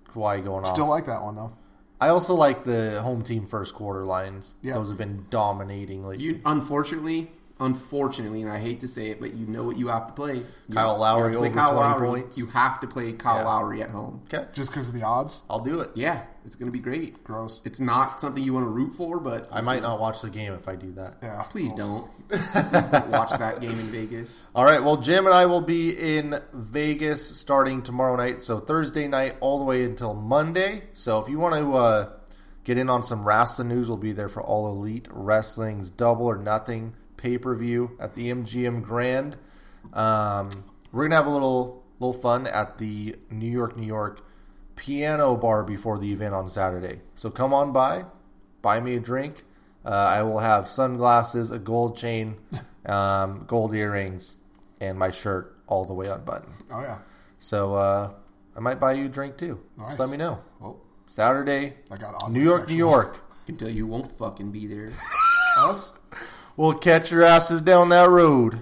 S2: Kawhi going off.
S1: Still like that one though.
S2: I also like the home team first quarter lines.
S1: Yeah.
S2: Those have been dominating lately.
S3: You unfortunately, unfortunately, and I hate to say it, but you know what you have to play. You-
S2: Kyle
S3: you
S2: Lowry
S3: have to play
S2: over 20 points.
S3: You have to play Kyle
S2: Yeah.
S3: Lowry at home.
S2: okay,
S1: Just because of the odds.
S2: I'll do it.
S3: Yeah, it's going to be great.
S1: Gross.
S3: It's not something you want to root for, but
S2: I might not watch the game if I do that.
S1: Yeah.
S3: Please don't watch that game in Vegas.
S2: All right, well, Jim and I will be in Vegas starting tomorrow night, so Thursday night all the way until Monday. So if you want to uh, get in on some wrestling news, we'll be there for All Elite Wrestling's Double or Nothing pay per view at the MGM Grand. Um, we're gonna have a little little fun at the New York, New York piano bar before the event on Saturday. So come on by, buy me a drink. Uh, I will have sunglasses, a gold chain, um, gold earrings, and my shirt all the way unbuttoned.
S1: Oh yeah.
S2: So uh, I might buy you a drink too.
S1: Nice.
S2: Just let me know.
S1: Well,
S2: Saturday,
S1: I got odd
S2: New York,
S1: sexual.
S2: New York.
S3: I can tell you won't fucking be there.
S1: Us.
S2: We'll catch your asses down that road.